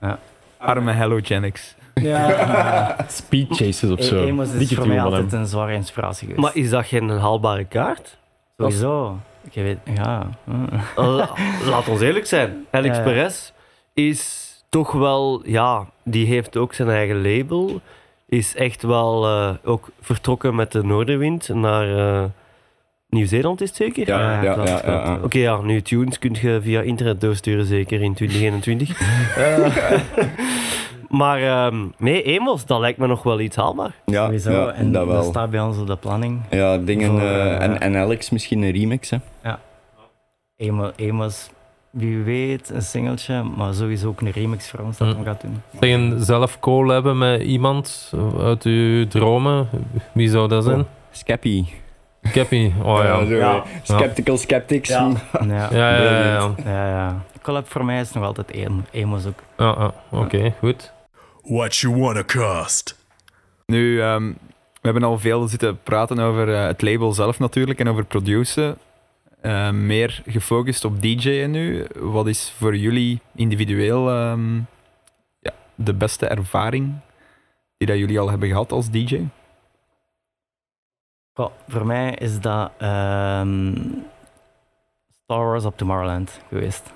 [SPEAKER 2] ja.
[SPEAKER 6] Arme halogenics.
[SPEAKER 3] Ja. Speed chases of zo.
[SPEAKER 4] E- Amos is
[SPEAKER 3] Dikke
[SPEAKER 4] voor
[SPEAKER 3] tool
[SPEAKER 4] mij
[SPEAKER 3] van
[SPEAKER 4] altijd
[SPEAKER 3] hem.
[SPEAKER 4] een zware inspiratie geweest.
[SPEAKER 1] Maar is dat geen haalbare kaart?
[SPEAKER 4] Sowieso. Ik weet, ja. Hm.
[SPEAKER 1] Eh, Laat ons eerlijk zijn. Alex
[SPEAKER 4] Ja, ja.
[SPEAKER 1] Perez is toch wel, ja, die heeft ook zijn eigen label. Is echt wel eh, ook vertrokken met de noordenwind naar eh, Nieuw-Zeeland, is het zeker?
[SPEAKER 5] Ja, ja, ja.
[SPEAKER 4] klopt,
[SPEAKER 5] ja,
[SPEAKER 4] klopt.
[SPEAKER 5] ja.
[SPEAKER 1] Oké, ja, nu tunes kun je via internet doorsturen, zeker in 2021. Eh, maar ehm, nee, Emos, dat lijkt me nog wel iets haalbaar.
[SPEAKER 5] Ja,
[SPEAKER 4] Sowieso.
[SPEAKER 5] ja,
[SPEAKER 4] en
[SPEAKER 5] dat
[SPEAKER 4] dat,
[SPEAKER 5] wel.
[SPEAKER 4] staat bij ons op de planning.
[SPEAKER 5] Ja, dingen.
[SPEAKER 4] Voor,
[SPEAKER 5] eh,
[SPEAKER 4] eh,
[SPEAKER 5] en, en Alex misschien een remix, hè?
[SPEAKER 4] Emo- Amos, wie weet, een singeltje, maar sowieso ook een remix voor ons dat
[SPEAKER 2] Hm.
[SPEAKER 4] we gaan doen.
[SPEAKER 2] Zeg een zelf call hebben met iemand uit uw dromen, wie zou dat zijn?
[SPEAKER 5] Scappy.
[SPEAKER 2] Cappy, oh ja.
[SPEAKER 5] Eh, zo,
[SPEAKER 4] Ja.
[SPEAKER 5] Skeptical Skeptics. Ja.
[SPEAKER 4] Ja, ja,
[SPEAKER 2] Ja, ja, ja. ja.
[SPEAKER 4] ja. Collab voor mij is nog altijd Emo- Emos ook.
[SPEAKER 2] Ja, ja. Oké, goed.
[SPEAKER 7] What you wanna cost?
[SPEAKER 6] Nu, ehm, we hebben al veel zitten praten over eh, het label zelf natuurlijk en over produceren. Eh, meer gefocust op DJ'en nu. Wat is voor jullie individueel ehm, ja, de beste ervaring die dat jullie al hebben gehad als DJ?
[SPEAKER 4] Goh, voor mij is dat ehm, Star Wars op Tomorrowland geweest.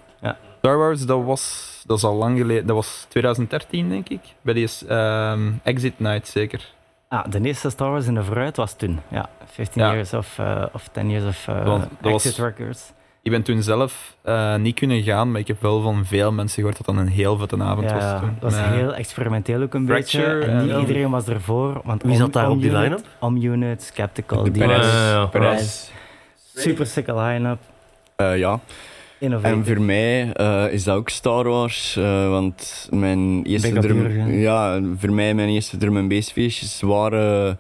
[SPEAKER 6] Star Wars, dat was, dat is al lang geleden. Dat was 2013, denk ik. Bij die ehm, Exit Night, zeker.
[SPEAKER 4] Ah, de eerste Star Wars in de vooruit was toen. Ja, 15
[SPEAKER 6] Ja.
[SPEAKER 4] years of, eh, of 10 years of eh
[SPEAKER 6] Want dat was-
[SPEAKER 4] Exit Records.
[SPEAKER 6] Ik ben toen zelf eh, niet kunnen gaan, maar ik heb wel van veel mensen gehoord dat dat een heel vette avond
[SPEAKER 4] Ja,
[SPEAKER 6] was. Toen. Eh,
[SPEAKER 4] dat was
[SPEAKER 6] Met-
[SPEAKER 4] heel experimenteel ook een
[SPEAKER 6] Fracture
[SPEAKER 4] beetje. En niet
[SPEAKER 6] en-
[SPEAKER 4] iedereen was ervoor. Want
[SPEAKER 1] Wie zat daar op die
[SPEAKER 4] Unit-
[SPEAKER 1] line-up?
[SPEAKER 4] Om-Unit, Skeptical,
[SPEAKER 5] De
[SPEAKER 4] die
[SPEAKER 5] Perez.
[SPEAKER 2] eh, Ja, ja, ja.
[SPEAKER 5] Perez.
[SPEAKER 4] super sicke line-up.
[SPEAKER 5] Eh, ja. En
[SPEAKER 4] Innovative.
[SPEAKER 5] voor mij eh, is dat ook Star Wars, eh, want mijn eerste
[SPEAKER 4] Big up
[SPEAKER 5] drum,
[SPEAKER 4] Jurgen.
[SPEAKER 5] ja, voor mij mijn eerste drum en bass feestjes waren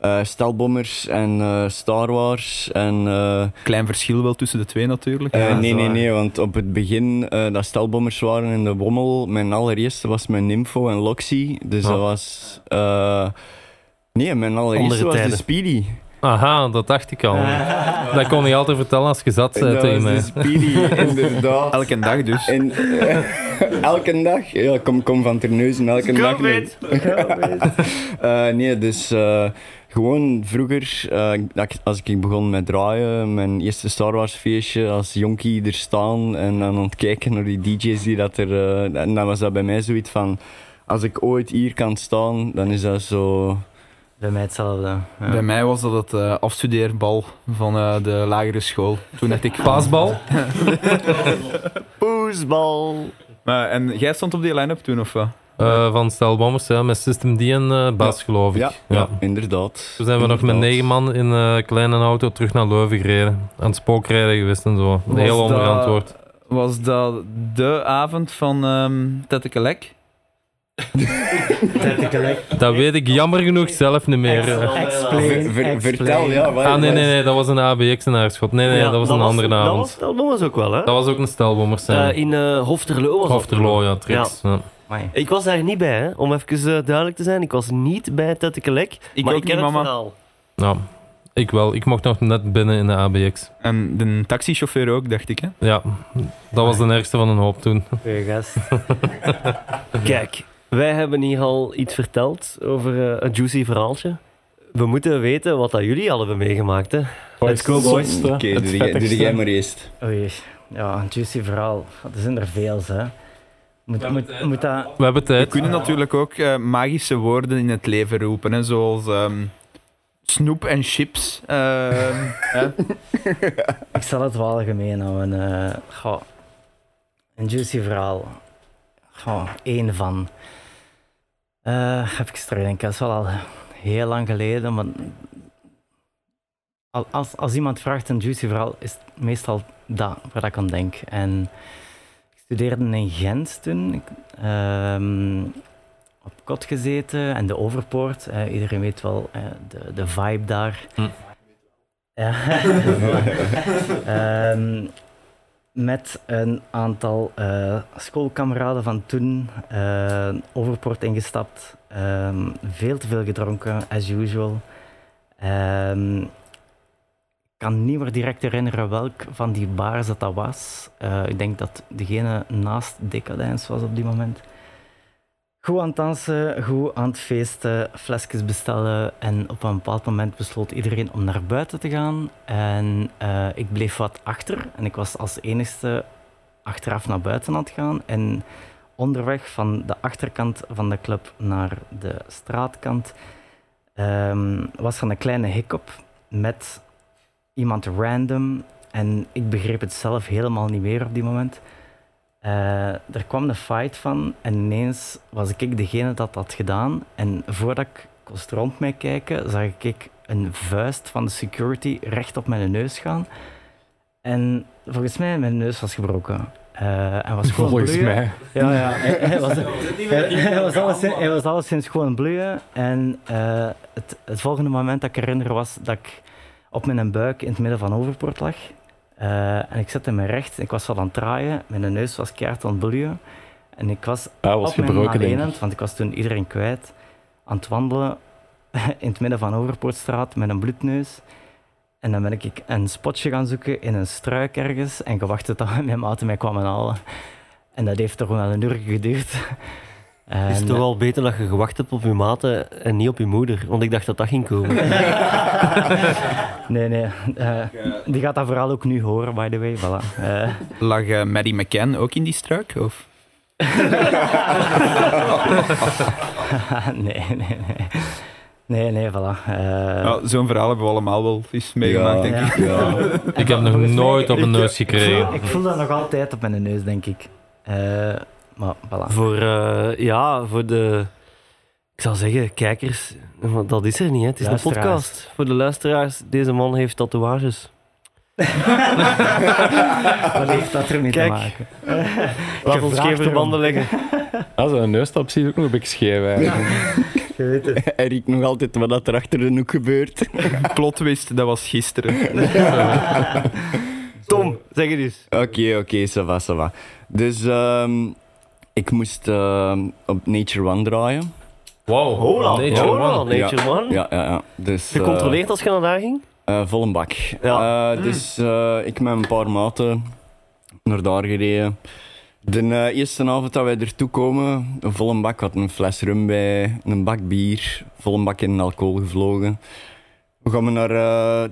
[SPEAKER 5] eh Stelbommers en eh, Star Wars en eh,
[SPEAKER 6] Klein verschil wel tussen de twee natuurlijk.
[SPEAKER 5] eh,
[SPEAKER 4] Ja,
[SPEAKER 5] nee nee
[SPEAKER 4] zwaar.
[SPEAKER 5] nee, want op het begin eh, dat Stelbommers waren in de Wommel, mijn allereerste was mijn Nympho en Loxy, dus
[SPEAKER 2] Oh.
[SPEAKER 5] dat was eh, nee mijn allereerste
[SPEAKER 1] Andere
[SPEAKER 5] was de
[SPEAKER 1] tijden.
[SPEAKER 5] Speedy.
[SPEAKER 2] Aha, dat dacht ik al. Dat kon je altijd vertellen als je zat eh,
[SPEAKER 5] dat
[SPEAKER 2] tegen
[SPEAKER 5] was de
[SPEAKER 2] mij.
[SPEAKER 5] Speedy inderdaad.
[SPEAKER 6] Elke dag dus.
[SPEAKER 5] En, eh, elke dag? Ja, kom, kom van Terneuzen, elke dag. Eh, nee, dus eh, gewoon vroeger, eh, dat ik- als ik begon met draaien, mijn eerste Star Wars feestje, als jonkie er staan en dan aan het kijken naar die DJ's die dat er... eh, en dan was dat bij mij zoiets van, als ik ooit hier kan staan, dan is dat zo...
[SPEAKER 4] Bij mij hetzelfde. Ja.
[SPEAKER 6] Bij mij was dat het eh, afstudeerbal van eh, de lagere school. Toen had ik
[SPEAKER 2] Paasbal?
[SPEAKER 1] Poesbal.
[SPEAKER 6] Maar, en jij stond op die line-up toen of wat?
[SPEAKER 2] Eh, van Stelbommers, ja, met System D en eh Bas, geloof ik.
[SPEAKER 5] Ja,
[SPEAKER 2] Ja.
[SPEAKER 5] ja, inderdaad.
[SPEAKER 2] Toen zijn we nog met
[SPEAKER 5] Inderdaad.
[SPEAKER 2] negen man in een kleine auto terug naar Leuven gereden. Aan het spookrijden geweest en zo.
[SPEAKER 6] Was
[SPEAKER 2] Heel
[SPEAKER 6] dat-
[SPEAKER 2] onverantwoord.
[SPEAKER 6] Was dat de avond van ehm Tette Kelek?
[SPEAKER 2] Dat weet ik jammer genoeg zelf niet meer. eh.
[SPEAKER 5] Ver-
[SPEAKER 4] Explain,
[SPEAKER 5] ver-
[SPEAKER 4] explain.
[SPEAKER 5] vertel, ja. wat-
[SPEAKER 2] Ah, nee,
[SPEAKER 5] wat-
[SPEAKER 2] nee, nee, dat was een ABX in Aarschot. Nee, nee,
[SPEAKER 1] Ja,
[SPEAKER 2] dat was een andere
[SPEAKER 1] Dat
[SPEAKER 2] avond.
[SPEAKER 1] was, dat was ook wel, hè?
[SPEAKER 2] Dat was ook een Stelbommers, ja.
[SPEAKER 1] Eh, in eh Hofterlo was dat.
[SPEAKER 2] Hofterlo, ja, tricks. Ja.
[SPEAKER 4] Amai.
[SPEAKER 1] Ik was daar niet bij, hè? om even eh, duidelijk te zijn. Ik was niet bij Tettekelek.
[SPEAKER 6] Ik
[SPEAKER 1] maar
[SPEAKER 6] ook
[SPEAKER 1] ik ken
[SPEAKER 6] niet,
[SPEAKER 1] het
[SPEAKER 6] mama.
[SPEAKER 1] verhaal.
[SPEAKER 2] Ja. Ik wel. Ik mocht nog net binnen in de ABX.
[SPEAKER 6] En de taxichauffeur ook, dacht ik. Hè?
[SPEAKER 2] Ja, dat was de ergste van een hoop toen.
[SPEAKER 4] Goeie gast.
[SPEAKER 1] Kijk, wij hebben hier al iets verteld over eh, een juicy verhaaltje. We moeten weten wat dat jullie al hebben meegemaakt, hè? Let's go, boys.
[SPEAKER 5] Oké, doe jij- doe jij maar eerst.
[SPEAKER 4] Oei, ja, een juicy verhaal. Er zijn er veel, hè. Moet, moet, moet dat...
[SPEAKER 2] We hebben
[SPEAKER 6] We
[SPEAKER 2] tijd.
[SPEAKER 6] kunnen natuurlijk ook eh, magische woorden in het leven roepen, hè, zoals ehm, snoep en chips. ehm, hè.
[SPEAKER 4] Ik zal het wel algemeen houden. eh, goh, een juicy verhaal. Goh, één van. Eh, heb ik straks denk ik. Dat is wel al heel lang geleden, maar... al- als, als iemand vraagt een juicy verhaal, is het meestal dat waar ik aan denk. En ik studeerde in Gent toen. Ik, ehm, op kot gezeten en de Overpoort. Eh, iedereen weet wel eh, de, de vibe daar.
[SPEAKER 2] Hm.
[SPEAKER 4] Ja. Ehm, met een aantal eh, schoolkameraden van toen eh, Overpoort ingestapt. Ehm, veel te veel gedronken, as usual. Ehm, ik kan niet meer direct herinneren welk van die bars dat dat was. Eh, ik denk dat degene naast Decadence was op die moment. Goed aan het dansen, goed aan het feesten, flesjes bestellen. En op een bepaald moment besloot iedereen om naar buiten te gaan. En eh, ik bleef wat achter. En ik was als enigste achteraf naar buiten aan het gaan. En onderweg van de achterkant van de club naar de straatkant ehm, was er een kleine hiccup met iemand random. En ik begreep het zelf helemaal niet meer op die moment. Eh, er kwam een fight van en ineens was ik degene dat dat gedaan. En voordat ik kost rond mij kijken, zag ik een vuist van de security recht op mijn neus gaan. En volgens mij mijn neus was gebroken. Eh, en was gewoon
[SPEAKER 3] Volgens
[SPEAKER 4] bloeien.
[SPEAKER 3] mij.
[SPEAKER 4] Ja, ja. Hij, hij was, hij, hij was alleszins, hij was alleszins gewoon bloeien. En eh, het, het volgende moment dat ik herinner was dat ik op mijn buik in het midden van Overpoort lag. Eh, en ik zette me recht. Ik was al aan het draaien. Mijn neus was keihard aan het bloeien. En ik was
[SPEAKER 3] Hij Ah, was
[SPEAKER 4] op mijn
[SPEAKER 3] gebroken, denk ik.
[SPEAKER 4] alleenend, want ik was toen iedereen kwijt, aan het wandelen in het midden van Overpoortstraat met een bloedneus. En dan ben ik een spotje gaan zoeken in een struik ergens en gewacht tot mijn maten mij kwamen halen. En dat heeft toch wel een uur geduurd.
[SPEAKER 1] Is
[SPEAKER 4] En-
[SPEAKER 1] het toch wel beter dat je gewacht hebt op je maten en niet op je moeder? Want ik dacht dat dat ging komen.
[SPEAKER 4] eh, Nee, nee. eh, die gaat dat verhaal ook nu horen, by the way. Voilà. Eh.
[SPEAKER 6] Lag eh, Maddie McCann ook in die struik? Of?
[SPEAKER 4] nee, nee, nee. Nee, nee, voilà. Eh,
[SPEAKER 6] Ja, Zo'n verhaal hebben we allemaal wel eens meegemaakt, denk ik.
[SPEAKER 4] ja.
[SPEAKER 5] Ja.
[SPEAKER 2] Ik heb nog
[SPEAKER 4] volgens mij-
[SPEAKER 2] nooit op mijn neus gekregen.
[SPEAKER 4] Ik voel dat nog altijd op mijn neus, denk ik. Eh, maar voilà.
[SPEAKER 1] Voor, eh, ja, voor de, ik zou zeggen, kijkers, want dat is er niet, hè. het is een
[SPEAKER 4] Luisteraars.
[SPEAKER 1] podcast. Voor de luisteraars, deze man heeft tatoeages.
[SPEAKER 4] Wat heeft dat ermee
[SPEAKER 1] Kijk.
[SPEAKER 4] te maken?
[SPEAKER 1] Laat ons
[SPEAKER 4] vraagt
[SPEAKER 1] geen verbanden
[SPEAKER 4] erom.
[SPEAKER 1] leggen.
[SPEAKER 3] Ja, zijn neustap zie je ook nog een beetje scheef eigenlijk.
[SPEAKER 4] Je weet het.
[SPEAKER 5] Hij riekt nog altijd wat dat er achter de hoek gebeurt.
[SPEAKER 6] Plot twist, dat was gisteren.
[SPEAKER 1] Tom, zeg het eens.
[SPEAKER 5] Oké, oké, ça va, ça va. Dus ehm, ik moest ehm, op Nature One draaien.
[SPEAKER 2] Wow.
[SPEAKER 1] Hola,
[SPEAKER 2] Nature
[SPEAKER 1] hola,
[SPEAKER 2] One.
[SPEAKER 1] Nature One.
[SPEAKER 5] Ja, ja, ja. Dus, eh,
[SPEAKER 1] Gecontroleerd als je naar daar ging?
[SPEAKER 5] eh, vol een bak.
[SPEAKER 1] Ja.
[SPEAKER 5] Eh, dus eh, ik met een paar maten naar daar gereden. De eh, eerste avond dat wij ertoe komen, een volle bak had een fles rum bij, een bak bier, vol een bak in alcohol gevlogen. We gaan naar eh,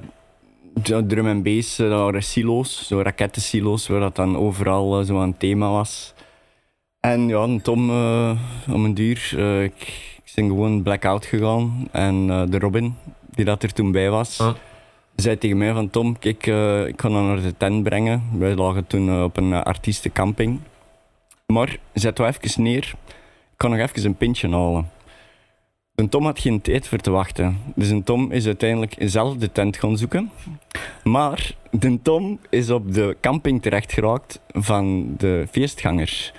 [SPEAKER 5] ja, drum en bass, eh, dat waren silo's, zo rakettensilo's, waar dat dan overal eh, zo aan het thema was. En ja, en Tom, eh, om een duur, eh, ik, ik ben gewoon blackout gegaan. En eh, de Robin, die dat er toen bij was,
[SPEAKER 2] Ah.
[SPEAKER 5] zei tegen mij van Tom, kijk, eh, ik ga dat naar de tent brengen. Wij lagen toen eh, op een eh, artiestencamping. Maar zet wel even neer, ik kan nog even een pintje halen. Een Tom had geen tijd voor te wachten. Dus een Tom is uiteindelijk zelf de tent gaan zoeken. Maar de Tom is op de camping terecht geraakt van de feestganger.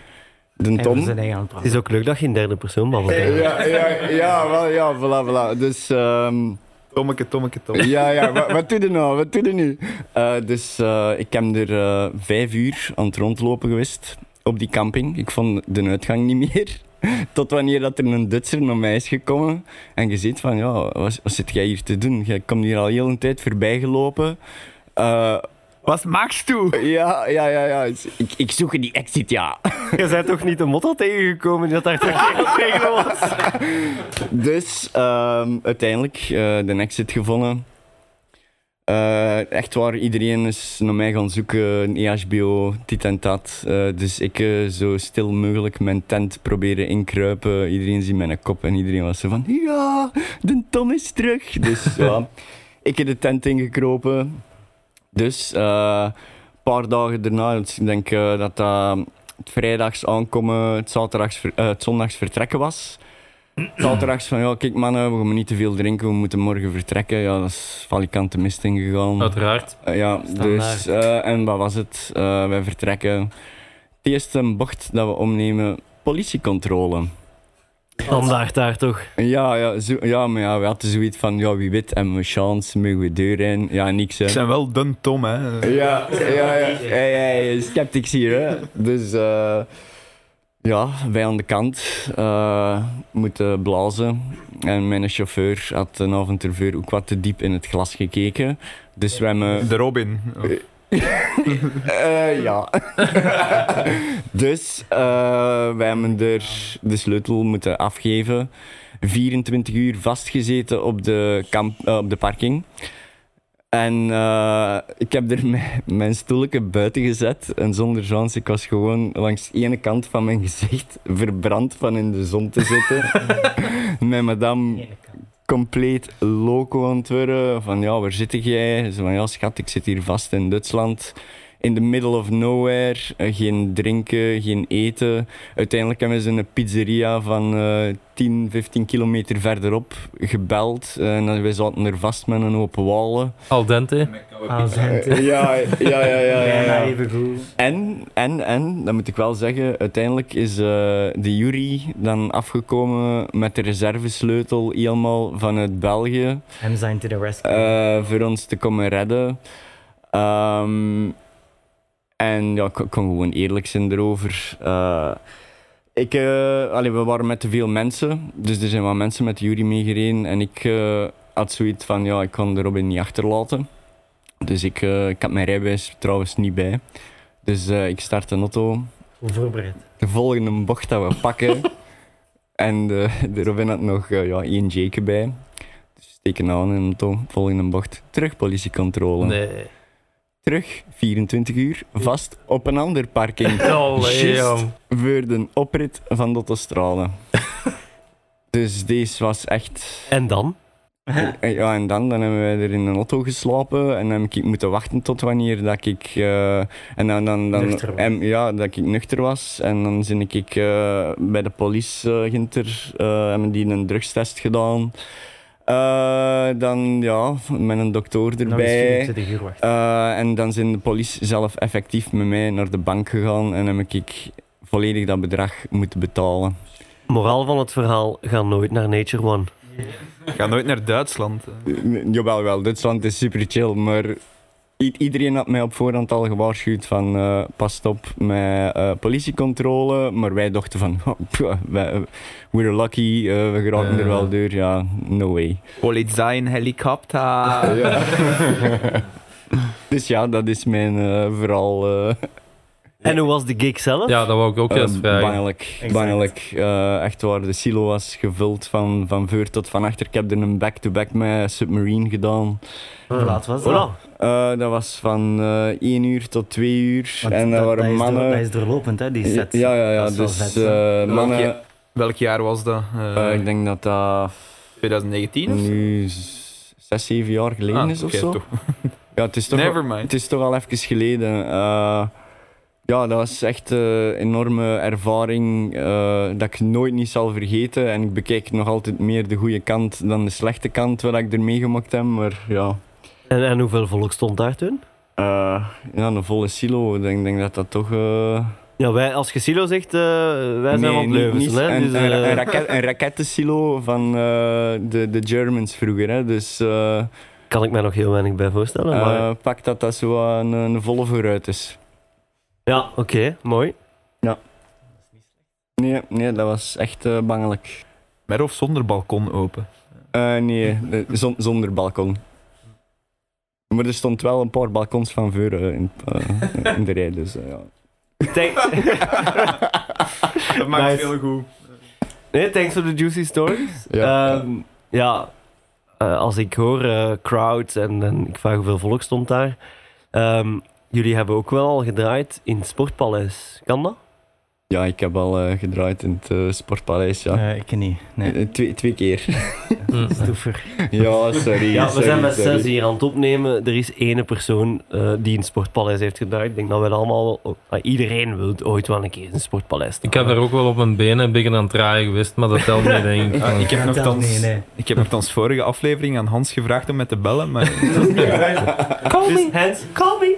[SPEAKER 5] De
[SPEAKER 4] Hij was
[SPEAKER 5] Tom...
[SPEAKER 4] zijn eigen aan het
[SPEAKER 1] Het
[SPEAKER 4] praten.
[SPEAKER 1] is ook leuk dat je in derde persoon babbelt. hè.
[SPEAKER 5] Ja, ja, ja, wel, ja, voilà, voilà. Dus, ehm,
[SPEAKER 6] Tommeke, tommeke, tommeke.
[SPEAKER 5] ja, ja, wat, wat doe je nou? Wat doe je nu? Eh, dus eh, ik heb er eh, vijf uur aan het rondlopen geweest op die camping. Ik vond de uitgang niet meer. Tot wanneer dat er een Dutser naar mij is gekomen en je ziet van, ja, wat, wat zit jij hier te doen? Jij komt hier al heel een tijd voorbij gelopen. Eh,
[SPEAKER 6] Was Max toe?
[SPEAKER 5] ja, ja, ja, ja. Dus Ik, ik zoek die exit, ja.
[SPEAKER 1] Je bent toch niet de motto tegengekomen die dat daar toch tegen was?
[SPEAKER 5] Dus ehm, uiteindelijk eh, de exit gevonden. Eh, echt waar, iedereen is naar mij gaan zoeken, een E EHBO, dit en dat. Eh, dus ik eh, zo stil mogelijk mijn tent proberen inkruipen. Iedereen ziet mijn kop en iedereen was zo van, ja, de Tom is terug. Dus ja, ik heb de tent ingekropen. Dus eh, een paar dagen daarna, want ik denk eh, dat dat het vrijdags aankomen, het, zaterdags, ver- eh, het zondags vertrekken was. zaterdags van ja, kijk mannen, we gaan niet te veel drinken, we moeten morgen vertrekken. Ja, dat is valikant de mist ingegaan.
[SPEAKER 2] Uiteraard.
[SPEAKER 5] Eh, ja,
[SPEAKER 4] Standaard.
[SPEAKER 5] dus, eh, en wat was het? Eh, wij vertrekken. Het eerste bocht dat we omnemen, politiecontrole.
[SPEAKER 1] Standaard daar toch?
[SPEAKER 5] Ja, ja, zo, ja, maar ja, we hadden zoiets van, ja, wie weet, hebben we chance, mogen we deur in? Ja, niks. hè.
[SPEAKER 6] Ik zijn wel dun Tom, hè.
[SPEAKER 5] Ja, ja, ja. Hey, hey, sceptics hier, hè. Dus eh, ja, wij aan de kant eh, moeten blazen. En mijn chauffeur had een avontuur ook wat te diep in het glas gekeken. Dus wij hebben...
[SPEAKER 6] De Robin. Oh.
[SPEAKER 5] Eh, ja. dus eh, wij hebben er de sleutel moeten afgeven. 24 uur vastgezeten op de, kamp, eh, op de parking. En eh, ik heb er mijn, mijn stoeltje buiten gezet. En zonder chance, ik was gewoon langs de ene kant van mijn gezicht verbrand van in de zon te zitten. mijn madame compleet loco aan het worden. Van ja, waar zit jij? Ze van ja, schat, ik zit hier vast in Duitsland. In the middle of nowhere. Eh, geen drinken, geen eten. Uiteindelijk hebben ze een pizzeria van eh 10, 15 kilometer verderop gebeld. Eh, en wij zaten er vast met een open wallen.
[SPEAKER 2] Al dente.
[SPEAKER 4] Ah, zijn het.
[SPEAKER 5] Eh, ja, ja, ja, ja,
[SPEAKER 4] Bijna even goed.
[SPEAKER 5] En, en, en, dat moet ik wel zeggen, uiteindelijk is eh, de jury dan afgekomen met de reservesleutel helemaal vanuit België.
[SPEAKER 4] Hem zijn to the rescue.
[SPEAKER 5] eh, voor ons te komen redden. Ehm, en ja, ik ik kan gewoon eerlijk zijn erover. Eh, ik, eh, allee, we waren met te veel mensen, dus er zijn wat mensen met Jury meegereden. En ik eh, had zoiets van, ja, ik kan de Robin niet achterlaten. Dus ik, eh, ik had mijn rijbewijs trouwens niet bij. Dus eh, ik start een auto.
[SPEAKER 4] Hoe voorbereid?
[SPEAKER 5] De volgende bocht dat we pakken. en de, de Robin had nog eh, ja, één Jake bij. Dus steken aan en auto. Volgende bocht. Terug politiecontrole.
[SPEAKER 2] Nee.
[SPEAKER 5] Terug 24 uur vast op een ander parking.
[SPEAKER 2] Allee,
[SPEAKER 5] Just
[SPEAKER 2] jong.
[SPEAKER 5] voor de oprit van de autostrade. dus deze was echt.
[SPEAKER 1] En dan?
[SPEAKER 5] En Ja, en dan, dan hebben we er in een auto geslapen en dan heb ik moeten wachten tot wanneer dat ik... eh, en dan, dan, dan,
[SPEAKER 4] Nuchter was.
[SPEAKER 5] en, ja, dat ik nuchter was. En dan ben ik eh, bij de police eh ginter, eh, hebben die een drugstest gedaan. Eh, dan, ja, met een dokter
[SPEAKER 4] Nog eens
[SPEAKER 5] erbij.
[SPEAKER 4] 24 uur wachten.
[SPEAKER 5] Eh, en dan zijn de police zelf effectief met mij naar de bank gegaan en heb ik volledig dat bedrag moeten betalen.
[SPEAKER 1] Moraal van het verhaal, ga nooit naar Nature One.
[SPEAKER 6] Ga nooit naar Duitsland.
[SPEAKER 5] Eh, Jawel, wel. Duitsland is super chill, maar i- iedereen had mij op voorhand al gewaarschuwd van eh pas op met eh, politiecontrole. Maar wij dachten van, oh, pff, wij- we're lucky, eh, we geraken er wel door. Ja, no way.
[SPEAKER 6] Polizein helikopter.
[SPEAKER 5] dus ja, dat is mijn eh, verhaal. eh,
[SPEAKER 1] En hoe was de gig zelf?
[SPEAKER 2] Ja, dat wou ik ook eens
[SPEAKER 5] Eh,
[SPEAKER 2] vragen.
[SPEAKER 5] Bangelijk,
[SPEAKER 4] Exact.
[SPEAKER 5] bangelijk. Eh, echt waar, de silo was gevuld van, van voor tot van achter. Ik heb er een back-to-back met Submarine gedaan.
[SPEAKER 4] Hoe laat was dat?
[SPEAKER 1] Voilà.
[SPEAKER 5] Eh, dat was van eh 1 uur tot 2 uur.
[SPEAKER 4] Want
[SPEAKER 5] en
[SPEAKER 4] dat,
[SPEAKER 5] dat
[SPEAKER 4] dat
[SPEAKER 5] waren
[SPEAKER 4] is door-
[SPEAKER 5] mannen.
[SPEAKER 4] dat is doorlopend, hè, die set.
[SPEAKER 5] Ja, ja, ja.
[SPEAKER 4] Dat is wel
[SPEAKER 5] Dus
[SPEAKER 4] vet, hè.
[SPEAKER 5] eh, mannen,
[SPEAKER 6] Welk jaar was dat?
[SPEAKER 5] eh,
[SPEAKER 6] Eh,
[SPEAKER 5] ik denk dat dat
[SPEAKER 6] 2019 of zo?
[SPEAKER 5] nu z- zes, zeven jaar geleden
[SPEAKER 6] Ah,
[SPEAKER 5] is of
[SPEAKER 6] oké,
[SPEAKER 5] zo.
[SPEAKER 6] toch.
[SPEAKER 5] Ja, het is toch wel-
[SPEAKER 6] Never
[SPEAKER 5] Het
[SPEAKER 6] mind.
[SPEAKER 5] is toch al even geleden. Eh, ja, dat was echt een enorme ervaring eh, dat ik nooit niet zal vergeten. En ik bekijk nog altijd meer de goede kant dan de slechte kant wat ik er meegemaakt heb. Maar ja,
[SPEAKER 1] En, en hoeveel volk stond daar toen?
[SPEAKER 5] eh, ja een volle silo. Ik denk, denk dat dat toch... eh,
[SPEAKER 1] Ja, wij, als je Silo zegt, eh, wij zijn
[SPEAKER 5] nee,
[SPEAKER 1] van
[SPEAKER 5] niet- niet-
[SPEAKER 1] Leuvensen. hè,
[SPEAKER 5] een,
[SPEAKER 1] Dus,
[SPEAKER 5] een,
[SPEAKER 1] eh,
[SPEAKER 5] een raket, een rakettensilo van eh, de, de Germans vroeger. Hè. Dus eh,
[SPEAKER 1] kan ik mij nog heel weinig bij voorstellen.
[SPEAKER 5] eh,
[SPEAKER 1] maar,
[SPEAKER 5] pak dat dat zo een, een volle vooruit is.
[SPEAKER 1] ja, oké, mooi.
[SPEAKER 5] Nee, nee, dat was echt eh, bangelijk.
[SPEAKER 6] Met of zonder balkon open.
[SPEAKER 5] Eh, nee, eh, zon- zonder balkon. Maar er stond wel een paar balkons van voor eh, in, eh, in de rij, dus eh, ja.
[SPEAKER 1] Thank-
[SPEAKER 6] Dat maakt
[SPEAKER 1] Nice.
[SPEAKER 6] heel goed.
[SPEAKER 1] nee, thanks for the juicy stories.
[SPEAKER 5] Ja.
[SPEAKER 1] Ehm, ja, eh, als ik hoor eh, crowd en, en ik vraag hoeveel volk stond daar. Ehm, jullie hebben ook wel al gedraaid in het Sportpaleis. Kan dat?
[SPEAKER 5] Ja, ik heb al eh, gedraaid in het eh, Sportpaleis, ja.
[SPEAKER 4] Eh, ik niet. Nee.
[SPEAKER 5] Eh, Twee, twee keer.
[SPEAKER 2] Mm.
[SPEAKER 4] Stoever.
[SPEAKER 5] ja, sorry.
[SPEAKER 1] Ja, we
[SPEAKER 5] sorry,
[SPEAKER 1] zijn met zes
[SPEAKER 5] sorry.
[SPEAKER 1] hier aan het opnemen. Er is ene persoon eh, die een sportpaleis heeft gedaan. Ik denk dat we dat allemaal... wel- eh, iedereen wil ooit wel een keer in een sportpaleis staan.
[SPEAKER 2] Ik heb daar ook wel op mijn benen beginnen aan het draaien geweest, maar dat telt niet, denk ik.
[SPEAKER 6] Ah, ik heb
[SPEAKER 4] Ja, dat-
[SPEAKER 6] nogthans-
[SPEAKER 4] Nee, nee.
[SPEAKER 6] Ik heb nogthans vorige aflevering aan Hans gevraagd om met te bellen, maar
[SPEAKER 1] Call me! Hans, call me!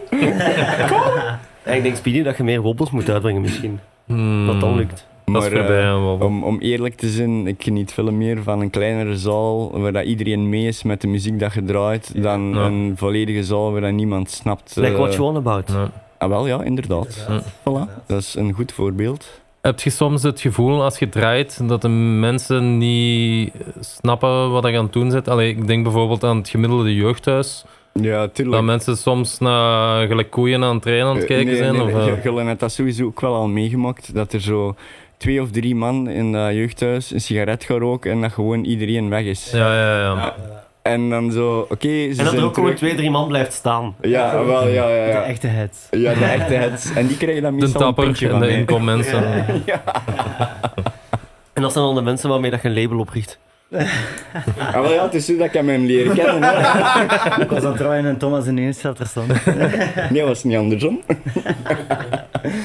[SPEAKER 1] call me! En Dus ik denk, Speedy, dat je meer wobbels moet uitbrengen misschien.
[SPEAKER 2] Hmm,
[SPEAKER 1] Dat dan lukt.
[SPEAKER 2] Dat is
[SPEAKER 5] Maar, eh,
[SPEAKER 2] voorbij, hè, wel.
[SPEAKER 5] om, om eerlijk te zijn, ik geniet veel meer van een kleinere zaal waar dat iedereen mee is met de muziek dat je draait, dan
[SPEAKER 2] Ja.
[SPEAKER 5] een volledige zaal waar dat niemand snapt.
[SPEAKER 1] Like
[SPEAKER 5] eh,
[SPEAKER 1] what you on about.
[SPEAKER 2] Ja.
[SPEAKER 5] Ah, wel, ja, inderdaad.
[SPEAKER 2] Ja.
[SPEAKER 5] Voilà. Dat is een goed voorbeeld.
[SPEAKER 2] Heb je soms het gevoel als je draait dat de mensen niet snappen wat je aan het doen bent? Allee, ik denk bijvoorbeeld aan het gemiddelde jeugdhuis.
[SPEAKER 5] Ja,
[SPEAKER 2] Dat
[SPEAKER 5] tuurlijk.
[SPEAKER 2] mensen soms naar gelijk koeien aan het trainen aan het kijken
[SPEAKER 5] Eh, nee,
[SPEAKER 2] zijn.
[SPEAKER 5] nee,
[SPEAKER 2] of,
[SPEAKER 5] nee,
[SPEAKER 2] eh,
[SPEAKER 5] Gu- Gulen heeft dat sowieso ook wel al meegemaakt, dat er zo twee of drie man in dat jeugdhuis een sigaret gaan roken en dat gewoon iedereen weg is.
[SPEAKER 2] ja, ja, ja.
[SPEAKER 5] En dan zo, oké, ze
[SPEAKER 1] En dat er
[SPEAKER 5] zijn
[SPEAKER 1] ook gewoon
[SPEAKER 5] terug.
[SPEAKER 1] twee, drie man blijft staan.
[SPEAKER 5] Ja, wel, ja, ja,
[SPEAKER 4] De
[SPEAKER 5] ja.
[SPEAKER 4] echte heads.
[SPEAKER 5] Ja, de echte heads. En die krijgen dan
[SPEAKER 2] De
[SPEAKER 5] meestal een
[SPEAKER 2] tapper
[SPEAKER 5] pintje
[SPEAKER 2] en
[SPEAKER 5] van
[SPEAKER 2] de
[SPEAKER 5] mij.
[SPEAKER 2] inkommensen.
[SPEAKER 1] En dat zijn dan de mensen waarmee dat je een label opricht.
[SPEAKER 5] Ah, wel, ja, het is zo dat ik hem hem leren kennen. Hè.
[SPEAKER 4] Ik was aan het draaien en Thomas in één stelter stond.
[SPEAKER 5] Nee, dat was niet andersom.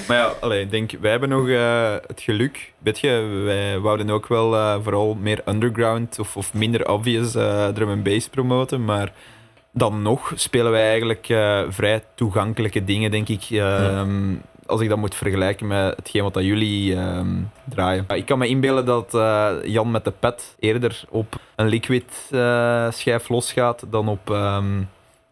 [SPEAKER 6] Maar ja, allee, ik denk, wij hebben nog eh, het geluk. Weet je, wij wouden ook wel eh, vooral meer underground of, of minder obvious eh, drum and bass promoten. Maar dan nog spelen wij eigenlijk eh, vrij toegankelijke dingen, denk ik. ehm, Als ik dat moet vergelijken met hetgeen wat dat jullie ehm, draaien. Ik kan me inbeelden dat eh, Jan met de pet eerder op een liquid eh, schijf losgaat dan op. ehm,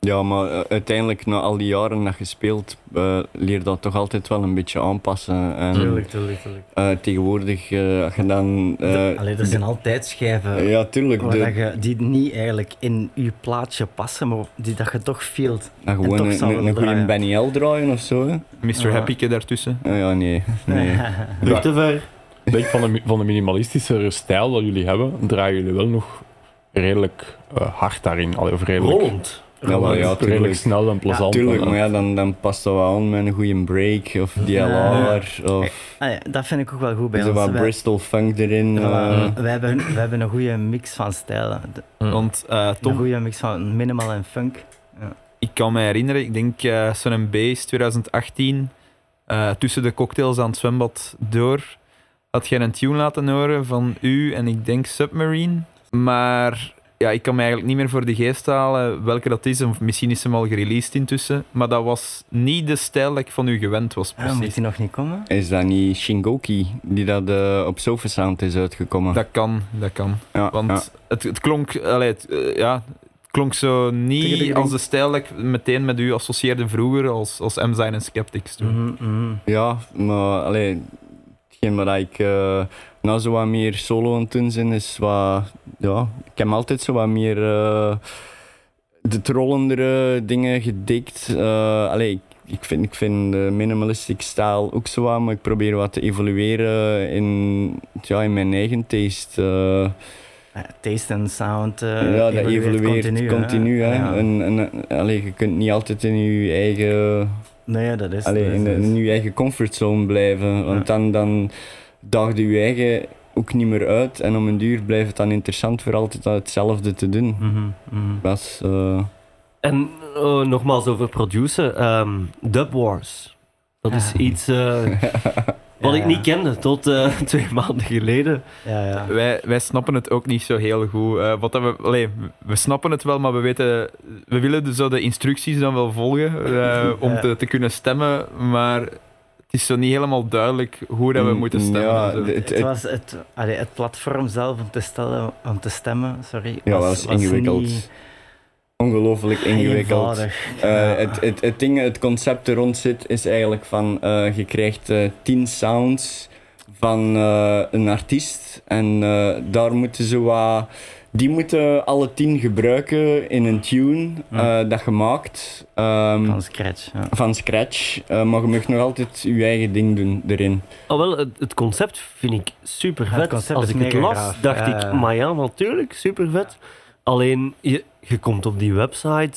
[SPEAKER 5] Ja, maar eh, uiteindelijk, na al die jaren dat je speelt, eh, leer dat toch altijd wel een beetje aanpassen. En,
[SPEAKER 4] Tuurlijk, tuurlijk, tuurlijk.
[SPEAKER 5] eh, tegenwoordig, eh, als je dan... eh,
[SPEAKER 4] Allee, er zijn altijd schijven
[SPEAKER 5] ja, tuurlijk.
[SPEAKER 4] waar
[SPEAKER 5] de-
[SPEAKER 4] Oh, dat je, die niet eigenlijk in je plaatje passen, maar die dat je toch feelt.
[SPEAKER 5] dan gewoon
[SPEAKER 4] toch
[SPEAKER 5] een,
[SPEAKER 4] zal
[SPEAKER 5] een,
[SPEAKER 4] het
[SPEAKER 5] een goede
[SPEAKER 4] draaien.
[SPEAKER 5] Benny L draaien of zo. Hè?
[SPEAKER 6] Mr.
[SPEAKER 4] Ja.
[SPEAKER 6] Happyke daartussen.
[SPEAKER 5] Ah, ja, nee. nee.
[SPEAKER 1] Terug te ver.
[SPEAKER 3] Denk van de, mi- van de minimalistische stijl dat jullie hebben, draaien jullie wel nog redelijk eh, hard daarin. Allee, of redelijk,
[SPEAKER 1] Rollend.
[SPEAKER 5] Ja, wel, ja,
[SPEAKER 3] redelijk
[SPEAKER 5] tuurlijk.
[SPEAKER 3] snel en plezant.
[SPEAKER 5] Tuurlijk,
[SPEAKER 3] En, eh,
[SPEAKER 5] maar ja, dan, dan past dat wel aan met een goede break of DLR of
[SPEAKER 4] Allee, dat vind ik ook wel goed bij
[SPEAKER 5] zo
[SPEAKER 4] ons.
[SPEAKER 5] wat
[SPEAKER 4] Wij-
[SPEAKER 5] Bristol funk erin.
[SPEAKER 4] Voilà.
[SPEAKER 5] eh.
[SPEAKER 4] we, hebben, we hebben een goede mix van stijlen. De-
[SPEAKER 6] Want eh,
[SPEAKER 4] Een
[SPEAKER 6] Tom,
[SPEAKER 4] goede mix van minimal en funk. Ah,
[SPEAKER 6] Ik kan me herinneren, ik denk eh Sun Base 2018, eh, tussen de cocktails aan het zwembad door, had jij een tune laten horen van u en ik denk Submarine. Maar ja, ik kan me eigenlijk niet meer voor de geest halen welke dat is, of misschien is hem al gereleased intussen. Maar dat was niet de stijl dat ik van u gewend was,
[SPEAKER 4] Ah, moet
[SPEAKER 6] precies.
[SPEAKER 4] die nog niet komen?
[SPEAKER 5] Is dat niet Shingoki die dat eh, op Sofasound is uitgekomen?
[SPEAKER 6] Dat kan, dat kan.
[SPEAKER 5] ja,
[SPEAKER 6] Want
[SPEAKER 5] ja.
[SPEAKER 6] het, het klonk, allee, het, eh, ja, het klonk zo
[SPEAKER 5] Tegen de
[SPEAKER 6] niet
[SPEAKER 5] grond.
[SPEAKER 6] als de stijl dat ik meteen met u associeerde vroeger als, als M-Sign en Skeptics toen.
[SPEAKER 5] Mm-hmm,
[SPEAKER 4] Mhm, mhm.
[SPEAKER 5] Ja, maar allee, hetgeen wat ik eh nou zo wat meer solo aan het doen ben, is wat... Ja, ik heb altijd zo wat meer eh, de trollendere dingen gedikt. Eh allee, ik, ik vind, ik vind de minimalistic stijl ook zo wat, maar ik probeer wat te evolueren in, ja, in mijn eigen taste. eh.
[SPEAKER 4] Eh, Taste en sound. eh,
[SPEAKER 5] ja, dat evolueert
[SPEAKER 4] hè.
[SPEAKER 5] continu. hè.
[SPEAKER 4] Ja.
[SPEAKER 5] En, en, eh, allee, je kunt niet altijd in je eigen...
[SPEAKER 4] Nee, dat is
[SPEAKER 5] Allee,
[SPEAKER 4] dat is-
[SPEAKER 5] in,
[SPEAKER 4] dat is-
[SPEAKER 5] in je eigen comfortzone blijven. Want dan, dan daag je je eigen ook niet meer uit. En om een duur blijft het dan interessant voor altijd dat hetzelfde te doen.
[SPEAKER 4] Mhm, mhm.
[SPEAKER 5] Dat is, eh,
[SPEAKER 1] En eh, nogmaals over produceren. ehm, Dub Wars. Dat is
[SPEAKER 4] Ja.
[SPEAKER 1] iets eh, wat
[SPEAKER 4] Ja,
[SPEAKER 1] ik niet
[SPEAKER 4] ja.
[SPEAKER 1] kende tot eh, twee maanden geleden.
[SPEAKER 4] Ja, ja.
[SPEAKER 5] Eh,
[SPEAKER 6] Wij, wij snappen het ook niet zo heel goed. Eh, wat dat we, allee, we snappen het wel, maar we weten. We willen dus zo de instructies dan wel volgen eh, om
[SPEAKER 4] Ja.
[SPEAKER 6] te, te kunnen stemmen. Maar het is zo niet helemaal duidelijk hoe dat we
[SPEAKER 5] mm,
[SPEAKER 6] moeten stemmen.
[SPEAKER 5] Ja,
[SPEAKER 6] en zo.
[SPEAKER 5] het, het,
[SPEAKER 4] Ah, Het, was het, allee, het platform zelf om te, stellen, om te stemmen, sorry.
[SPEAKER 5] ja, dat is ingewikkeld.
[SPEAKER 4] niet
[SPEAKER 5] Ongelooflijk ingewikkeld.
[SPEAKER 4] eenvoudig.
[SPEAKER 5] Eh, het, het, het ding, het concept er rond zit, is eigenlijk van eh, je krijgt eh, 10 sounds van eh, een artiest en eh, daar moeten ze wat, die moeten alle 10 gebruiken in een tune
[SPEAKER 4] Hm.
[SPEAKER 5] eh, dat je maakt ehm,
[SPEAKER 4] Van scratch. Ja.
[SPEAKER 5] van scratch, Eh, maar je mag nog altijd je eigen ding doen erin.
[SPEAKER 1] Oh, wel, het, het concept vind ik super
[SPEAKER 4] Het
[SPEAKER 1] vet.
[SPEAKER 4] concept
[SPEAKER 1] Als
[SPEAKER 4] is
[SPEAKER 1] ik het
[SPEAKER 4] mega
[SPEAKER 1] las,
[SPEAKER 4] gaaf.
[SPEAKER 1] dacht
[SPEAKER 4] Ja,
[SPEAKER 1] ik,
[SPEAKER 4] ja.
[SPEAKER 1] maar ja, natuurlijk, super vet. Alleen, je, je komt op die website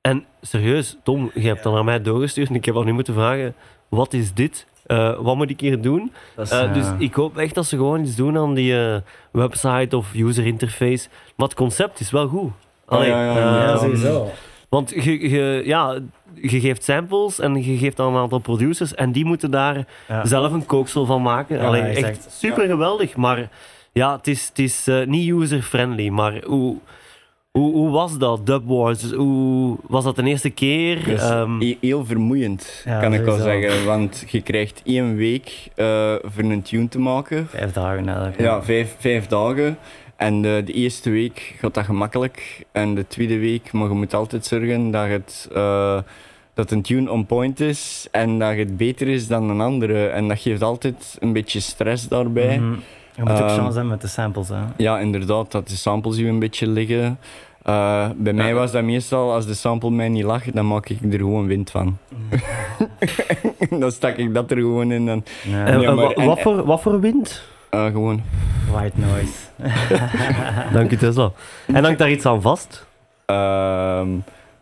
[SPEAKER 1] En serieus, Tom, je hebt dat naar mij doorgestuurd en ik heb al nu moeten vragen, wat is dit? Eh, wat moet ik hier doen?
[SPEAKER 4] Dat is,
[SPEAKER 1] Eh, dus
[SPEAKER 4] eh,
[SPEAKER 1] ik hoop echt dat ze gewoon iets doen aan die eh, website of user interface. Maar het concept is wel goed. Allee,
[SPEAKER 5] ja,
[SPEAKER 1] eh,
[SPEAKER 5] ja, ja,
[SPEAKER 8] sowieso.
[SPEAKER 1] want je, je, ja, je geeft samples en je geeft aan een aantal producers en die moeten daar
[SPEAKER 4] ja.
[SPEAKER 1] zelf een kooksel van maken.
[SPEAKER 8] Ja,
[SPEAKER 1] Allee,
[SPEAKER 8] exact.
[SPEAKER 1] echt super geweldig, maar ja, het is, het is eh, niet user-friendly. Maar hoe, hoe, hoe was dat, Dub Wars? Hoe, was dat de eerste keer?
[SPEAKER 5] Dus
[SPEAKER 1] Ehm,
[SPEAKER 5] he- heel vermoeiend,
[SPEAKER 4] Ja,
[SPEAKER 5] kan ik wel
[SPEAKER 4] sowieso.
[SPEAKER 5] zeggen. Want je krijgt één week eh, voor een tune te maken.
[SPEAKER 4] Vijf dagen nadat ik-
[SPEAKER 5] Ja, vijf, vijf dagen. En eh, de eerste week gaat dat gemakkelijk. En de tweede week, maar je moet altijd zorgen dat, het, eh, dat een tune on point is. En dat het beter is dan een andere. En dat geeft altijd een beetje stress daarbij.
[SPEAKER 4] Mhm. Je moet
[SPEAKER 5] Ehm,
[SPEAKER 4] ook chance hebben met de samples. Hè.
[SPEAKER 5] Ja, inderdaad, dat de samples hier een beetje liggen. Eh, bij mij was dat meestal, als de sample mij niet lag, dan maak ik er gewoon wind van. dan stak ik dat er gewoon in. En,
[SPEAKER 4] Ja.
[SPEAKER 1] eh,
[SPEAKER 5] ja,
[SPEAKER 1] eh,
[SPEAKER 5] maar-
[SPEAKER 1] wa-
[SPEAKER 5] en-
[SPEAKER 1] wat, voor, wat voor wind?
[SPEAKER 5] eh, gewoon.
[SPEAKER 4] White noise.
[SPEAKER 1] Dank je, Tesla. En hangt daar iets aan vast?
[SPEAKER 5] ehm,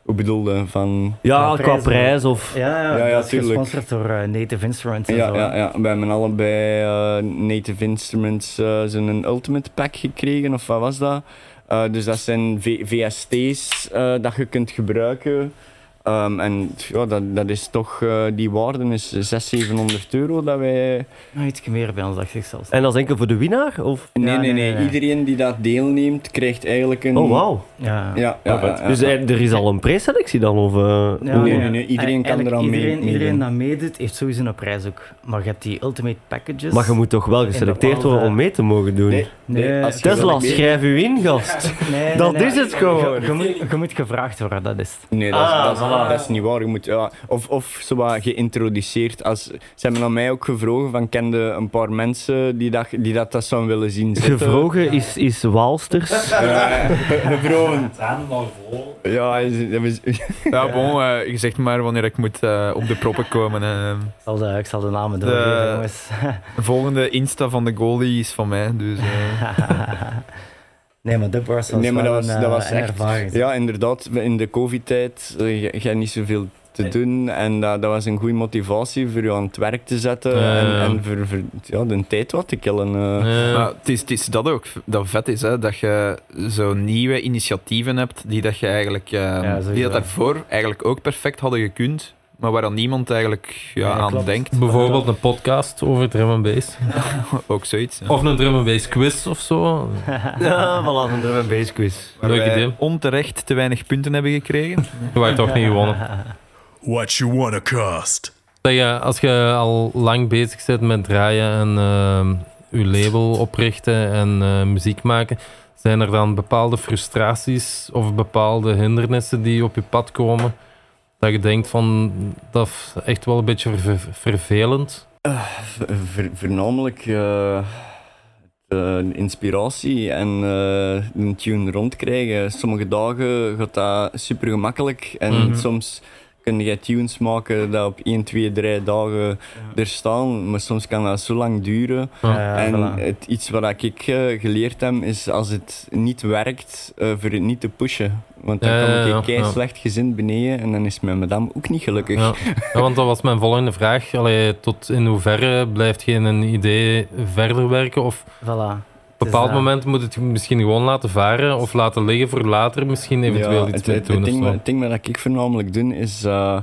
[SPEAKER 5] hoe bedoelde van.
[SPEAKER 1] Ja,
[SPEAKER 4] Qua
[SPEAKER 1] Ah, qua
[SPEAKER 4] prijs,
[SPEAKER 1] prijs of...
[SPEAKER 4] Ja, ja,
[SPEAKER 5] Ja, ja,
[SPEAKER 4] dat is
[SPEAKER 5] tuurlijk.
[SPEAKER 4] gesponsord door eh, Native Instruments en
[SPEAKER 5] Ja,
[SPEAKER 4] zo.
[SPEAKER 5] ja, ja, we hebben allebei eh, Native Instruments eh, zijn een Ultimate Pack gekregen, of wat was dat? Eh, dus dat zijn V- VST's eh, dat je kunt gebruiken. Ehm, en ja, dat, dat is toch, eh, die waarde is 600, 700 euro dat wij
[SPEAKER 4] Nog Nou, iets meer bij ons, dacht ik zelfs.
[SPEAKER 1] En dat is enkel voor de winnaar? Of?
[SPEAKER 5] Nee,
[SPEAKER 4] Ja,
[SPEAKER 5] nee,
[SPEAKER 4] nee,
[SPEAKER 5] nee,
[SPEAKER 4] nee.
[SPEAKER 5] Iedereen die dat deelneemt, krijgt eigenlijk een...
[SPEAKER 1] Oh, wauw.
[SPEAKER 4] Ja.
[SPEAKER 5] Ja, ja,
[SPEAKER 3] Oh, vet.
[SPEAKER 5] ja, ja.
[SPEAKER 1] Dus eh, er is al een preselectie dan? Of, eh,
[SPEAKER 4] Ja,
[SPEAKER 1] hoe-
[SPEAKER 5] nee, nee, nee, iedereen kan
[SPEAKER 4] Eigenlijk
[SPEAKER 5] eraan mee-
[SPEAKER 4] iedereen,
[SPEAKER 5] meedoen.
[SPEAKER 4] Iedereen dat meedoet, heeft sowieso een prijs ook. Maar je hebt die ultimate packages.
[SPEAKER 1] Maar je moet toch wel geselecteerd
[SPEAKER 4] bepaalde-
[SPEAKER 1] worden om mee te mogen doen?
[SPEAKER 5] eh. Nee,
[SPEAKER 4] Nee,
[SPEAKER 5] als je
[SPEAKER 1] Tesla,
[SPEAKER 5] wil mee-
[SPEAKER 1] schrijf u in, gast.
[SPEAKER 4] Nee, nee,
[SPEAKER 1] dat
[SPEAKER 4] nee.
[SPEAKER 1] is het gewoon.
[SPEAKER 4] Je, je moet, je moet gevraagd worden, dat is het.
[SPEAKER 5] Nee, dat, is-
[SPEAKER 1] Ah,
[SPEAKER 5] dat, is-
[SPEAKER 1] voilà.
[SPEAKER 5] dat is niet waar. Je moet, ja, of of zo wat geïntroduceerd. Als, ze hebben aan mij ook gevraagd van, kende een paar mensen die dat, die dat, dat zouden willen zien zitten?
[SPEAKER 1] Gevrogen is, is Waalsters.
[SPEAKER 5] Ja, gevrogen. Ja, is- dat was-
[SPEAKER 6] Ja, bon, eh, je zegt maar wanneer ik moet eh, op de proppen komen. eh.
[SPEAKER 4] Ik zal de, ik zal de namen doorgeven,
[SPEAKER 6] De-
[SPEAKER 4] jongens.
[SPEAKER 6] de volgende Insta van de goalie is van mij, dus... eh.
[SPEAKER 4] nee, maar Dub Wars was
[SPEAKER 5] Nee, maar dat
[SPEAKER 4] wel
[SPEAKER 5] was-
[SPEAKER 4] een,
[SPEAKER 5] dat
[SPEAKER 4] eh,
[SPEAKER 5] was
[SPEAKER 4] een
[SPEAKER 5] echt-
[SPEAKER 4] ervaring.
[SPEAKER 5] ja, inderdaad. In de covid-tijd, eh, je je hebt niet zoveel te doen. En dat, dat was een goede motivatie voor je aan het werk te zetten.
[SPEAKER 2] Ja, ja, ja.
[SPEAKER 5] En, en voor, voor ja, de tijd wat te killen. eh.
[SPEAKER 2] Eh,
[SPEAKER 6] Maar het is, het is dat ook dat vet is, hè, dat je zo nieuwe initiatieven hebt die dat je eigenlijk eh,
[SPEAKER 4] sowieso.
[SPEAKER 6] die dat daarvoor eigenlijk ook perfect hadden gekund, maar waar dan niemand eigenlijk ja,
[SPEAKER 4] Ja,
[SPEAKER 6] aan
[SPEAKER 4] klopt.
[SPEAKER 6] denkt.
[SPEAKER 2] bijvoorbeeld een podcast over drum and bass.
[SPEAKER 6] Ook zoiets. ja.
[SPEAKER 2] Of een drum and bass quiz of zo.
[SPEAKER 1] Ja, voilà, een drum and bass quiz.
[SPEAKER 2] Leuk
[SPEAKER 6] Waarbij
[SPEAKER 2] idee.
[SPEAKER 6] Onterecht te weinig punten hebben gekregen.
[SPEAKER 2] Je werd toch niet gewonnen.
[SPEAKER 7] What you wanna cost?
[SPEAKER 2] Dat je, eh, als je al lang bezig bent met draaien en ehm, je label oprichten en eh, muziek maken, zijn er dan bepaalde frustraties of bepaalde hindernissen die op je pad komen? Dat je denkt van, dat is echt wel een beetje ver- vervelend.
[SPEAKER 5] V- Ver, voornamelijk eh, eh, inspiratie en eh, een tune rondkrijgen. Sommige dagen gaat dat super gemakkelijk en
[SPEAKER 2] Mhm.
[SPEAKER 5] soms kun je tunes maken dat op 1, 2, 3 dagen er staan, maar soms kan dat zo lang duren.
[SPEAKER 4] Ja,
[SPEAKER 5] en
[SPEAKER 4] Eh, voilà.
[SPEAKER 5] het, iets wat ik eh, geleerd heb is als het niet werkt, eh, voor het niet te pushen. Want dan
[SPEAKER 2] Ja, ja,
[SPEAKER 5] kan
[SPEAKER 2] ja,
[SPEAKER 5] ik kei
[SPEAKER 2] ja.
[SPEAKER 5] slecht gezind beneden en dan is mijn madame ook niet gelukkig.
[SPEAKER 2] Ja. Ja, want dat was mijn volgende vraag. Allee, tot in hoeverre blijft je in een idee verder werken? Of
[SPEAKER 4] Voilà. eh,
[SPEAKER 2] op een bepaald
[SPEAKER 4] dat.
[SPEAKER 2] moment moet het misschien gewoon laten varen of laten liggen voor later misschien eventueel
[SPEAKER 5] Ja,
[SPEAKER 2] iets
[SPEAKER 5] het,
[SPEAKER 2] mee
[SPEAKER 5] het-
[SPEAKER 2] doen
[SPEAKER 5] het
[SPEAKER 2] of
[SPEAKER 5] ding,
[SPEAKER 2] zo.
[SPEAKER 5] wat- het ding wat ik voornamelijk doe is. eh,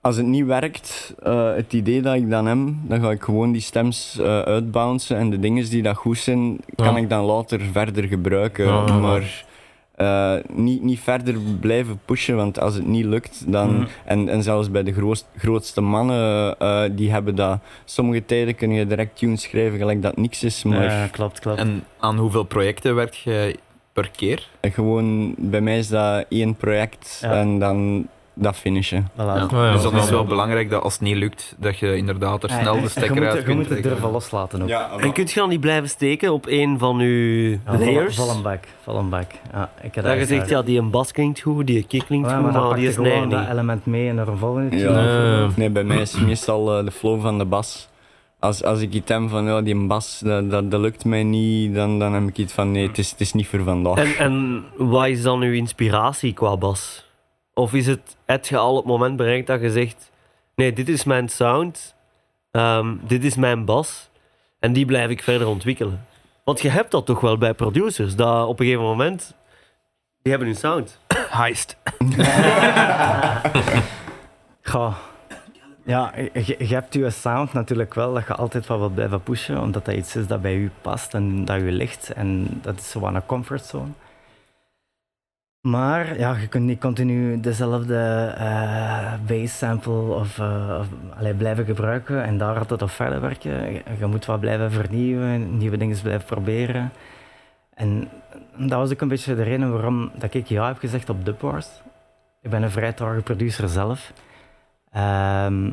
[SPEAKER 5] als het niet werkt, eh, het idee dat ik dan heb, dan ga ik gewoon die stems eh, uitbouncen. En de dingen die dat goed zijn, kan
[SPEAKER 2] Ja.
[SPEAKER 5] ik dan later verder gebruiken.
[SPEAKER 2] Ja, ja, ja.
[SPEAKER 5] Maar eh, niet, niet verder blijven pushen, want als het niet lukt, dan.
[SPEAKER 2] Mm.
[SPEAKER 4] Mhm.
[SPEAKER 5] En, en zelfs bij de groos- grootste mannen, eh, die hebben dat. Sommige tijden kun je direct tunes schrijven, gelijk dat niks is. Maar
[SPEAKER 4] Ja, klopt, klopt.
[SPEAKER 6] En aan hoeveel projecten werk je per keer?
[SPEAKER 5] gewoon, bij mij is dat één project
[SPEAKER 4] Ja.
[SPEAKER 5] en dan dat finishen.
[SPEAKER 4] Voilà.
[SPEAKER 2] Ah, ja,
[SPEAKER 6] dus dan
[SPEAKER 2] ja.
[SPEAKER 6] is het wel belangrijk dat als het niet lukt, dat je inderdaad er
[SPEAKER 4] Ja,
[SPEAKER 6] snel
[SPEAKER 4] je
[SPEAKER 6] de
[SPEAKER 4] moet-
[SPEAKER 6] stekker uit
[SPEAKER 4] Je
[SPEAKER 6] kunt
[SPEAKER 4] moet het
[SPEAKER 6] trekken.
[SPEAKER 4] durven loslaten ook.
[SPEAKER 5] Ja,
[SPEAKER 1] En kunt je dan niet blijven steken op een van uw
[SPEAKER 4] Ja,
[SPEAKER 1] layers?
[SPEAKER 4] Vol een bak, vol een bak. Ja, ik heb
[SPEAKER 1] Dat je
[SPEAKER 4] echt
[SPEAKER 1] zegt,
[SPEAKER 4] wel-
[SPEAKER 1] ja, die een bas klinkt goed, die kick klinkt
[SPEAKER 4] Ja,
[SPEAKER 1] goed,
[SPEAKER 4] maar dan
[SPEAKER 1] maar
[SPEAKER 4] pak
[SPEAKER 1] die
[SPEAKER 4] je
[SPEAKER 1] is nee
[SPEAKER 4] gewoon
[SPEAKER 1] niet.
[SPEAKER 4] dat element mee en er een volgende tune
[SPEAKER 5] Ja.
[SPEAKER 4] over.
[SPEAKER 2] Eh,
[SPEAKER 5] Nee, bij mij is het meestal eh, de flow van de bas. Als, als ik iets heb van ja, die bas, dat, dat, dat lukt mij niet, dan, dan heb ik iets van nee, het is, het is niet voor vandaag.
[SPEAKER 1] En, en wat is dan uw inspiratie qua bas? Of is het, het je al het moment bereikt dat je zegt: nee, dit is mijn sound, ehm, dit is mijn bas, en die blijf ik verder ontwikkelen? Want je hebt dat toch wel bij producers, dat op een gegeven moment, die hebben hun sound.
[SPEAKER 6] Heist.
[SPEAKER 4] Goh. Ja, je, je hebt je sound natuurlijk wel, dat je altijd wat wilt blijven pushen, omdat dat iets is dat bij u past en dat u ligt. En dat is zo aan een comfortzone. Maar ja, je kunt niet continu dezelfde eh bass sample of, eh, of- allee, blijven gebruiken en daar altijd op verder werken. Je, je moet wat blijven vernieuwen, nieuwe dingen blijven proberen. En dat was ook een beetje de reden waarom dat ik ja heb gezegd op Dubwars. Ik ben een vrij trage producer zelf. Ehm,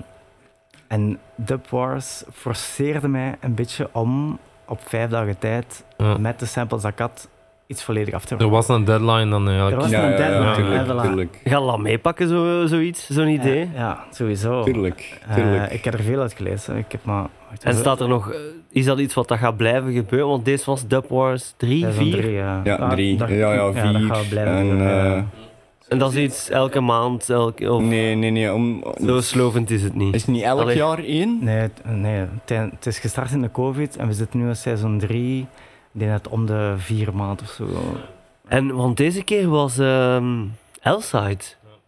[SPEAKER 4] en Dub Wars forceerde mij een beetje om op vijf dagen tijd
[SPEAKER 2] Ja.
[SPEAKER 4] met de samples dat ik had iets volledig af te
[SPEAKER 2] Er was een deadline dan
[SPEAKER 4] Er was
[SPEAKER 2] eigenlijk.
[SPEAKER 4] een deadline,
[SPEAKER 2] ja,
[SPEAKER 5] tuurlijk,
[SPEAKER 4] hè, voilà.
[SPEAKER 5] tuurlijk,
[SPEAKER 1] Ga dat meepakken, zo, zoiets, zo'n idee.
[SPEAKER 4] Ja, ja, sowieso.
[SPEAKER 5] tuurlijk,
[SPEAKER 4] Eh,
[SPEAKER 5] tuurlijk.
[SPEAKER 4] ik heb er veel uit gelezen. Ik heb maar...
[SPEAKER 1] En staat er nog, eh, is dat iets wat dat gaat blijven gebeuren? Want deze was Dub Wars 3, 4.
[SPEAKER 5] ja, drie. ja, ja, vier.
[SPEAKER 4] Ja, eh, dat gaan we blijven
[SPEAKER 5] en,
[SPEAKER 4] doen.
[SPEAKER 5] eh,
[SPEAKER 4] ja.
[SPEAKER 1] En dat is iets elke maand, elke, of
[SPEAKER 5] nee, nee, nee. Om,
[SPEAKER 1] zo slovend is het niet.
[SPEAKER 5] Mm. Is het niet elk
[SPEAKER 1] Allee.
[SPEAKER 5] jaar één?
[SPEAKER 4] Nee, t- nee het, het is gestart in de COVID en we zitten nu in seizoen 3. Ik denk dat het om de vier maanden of zo.
[SPEAKER 1] En want deze keer was ehm Elside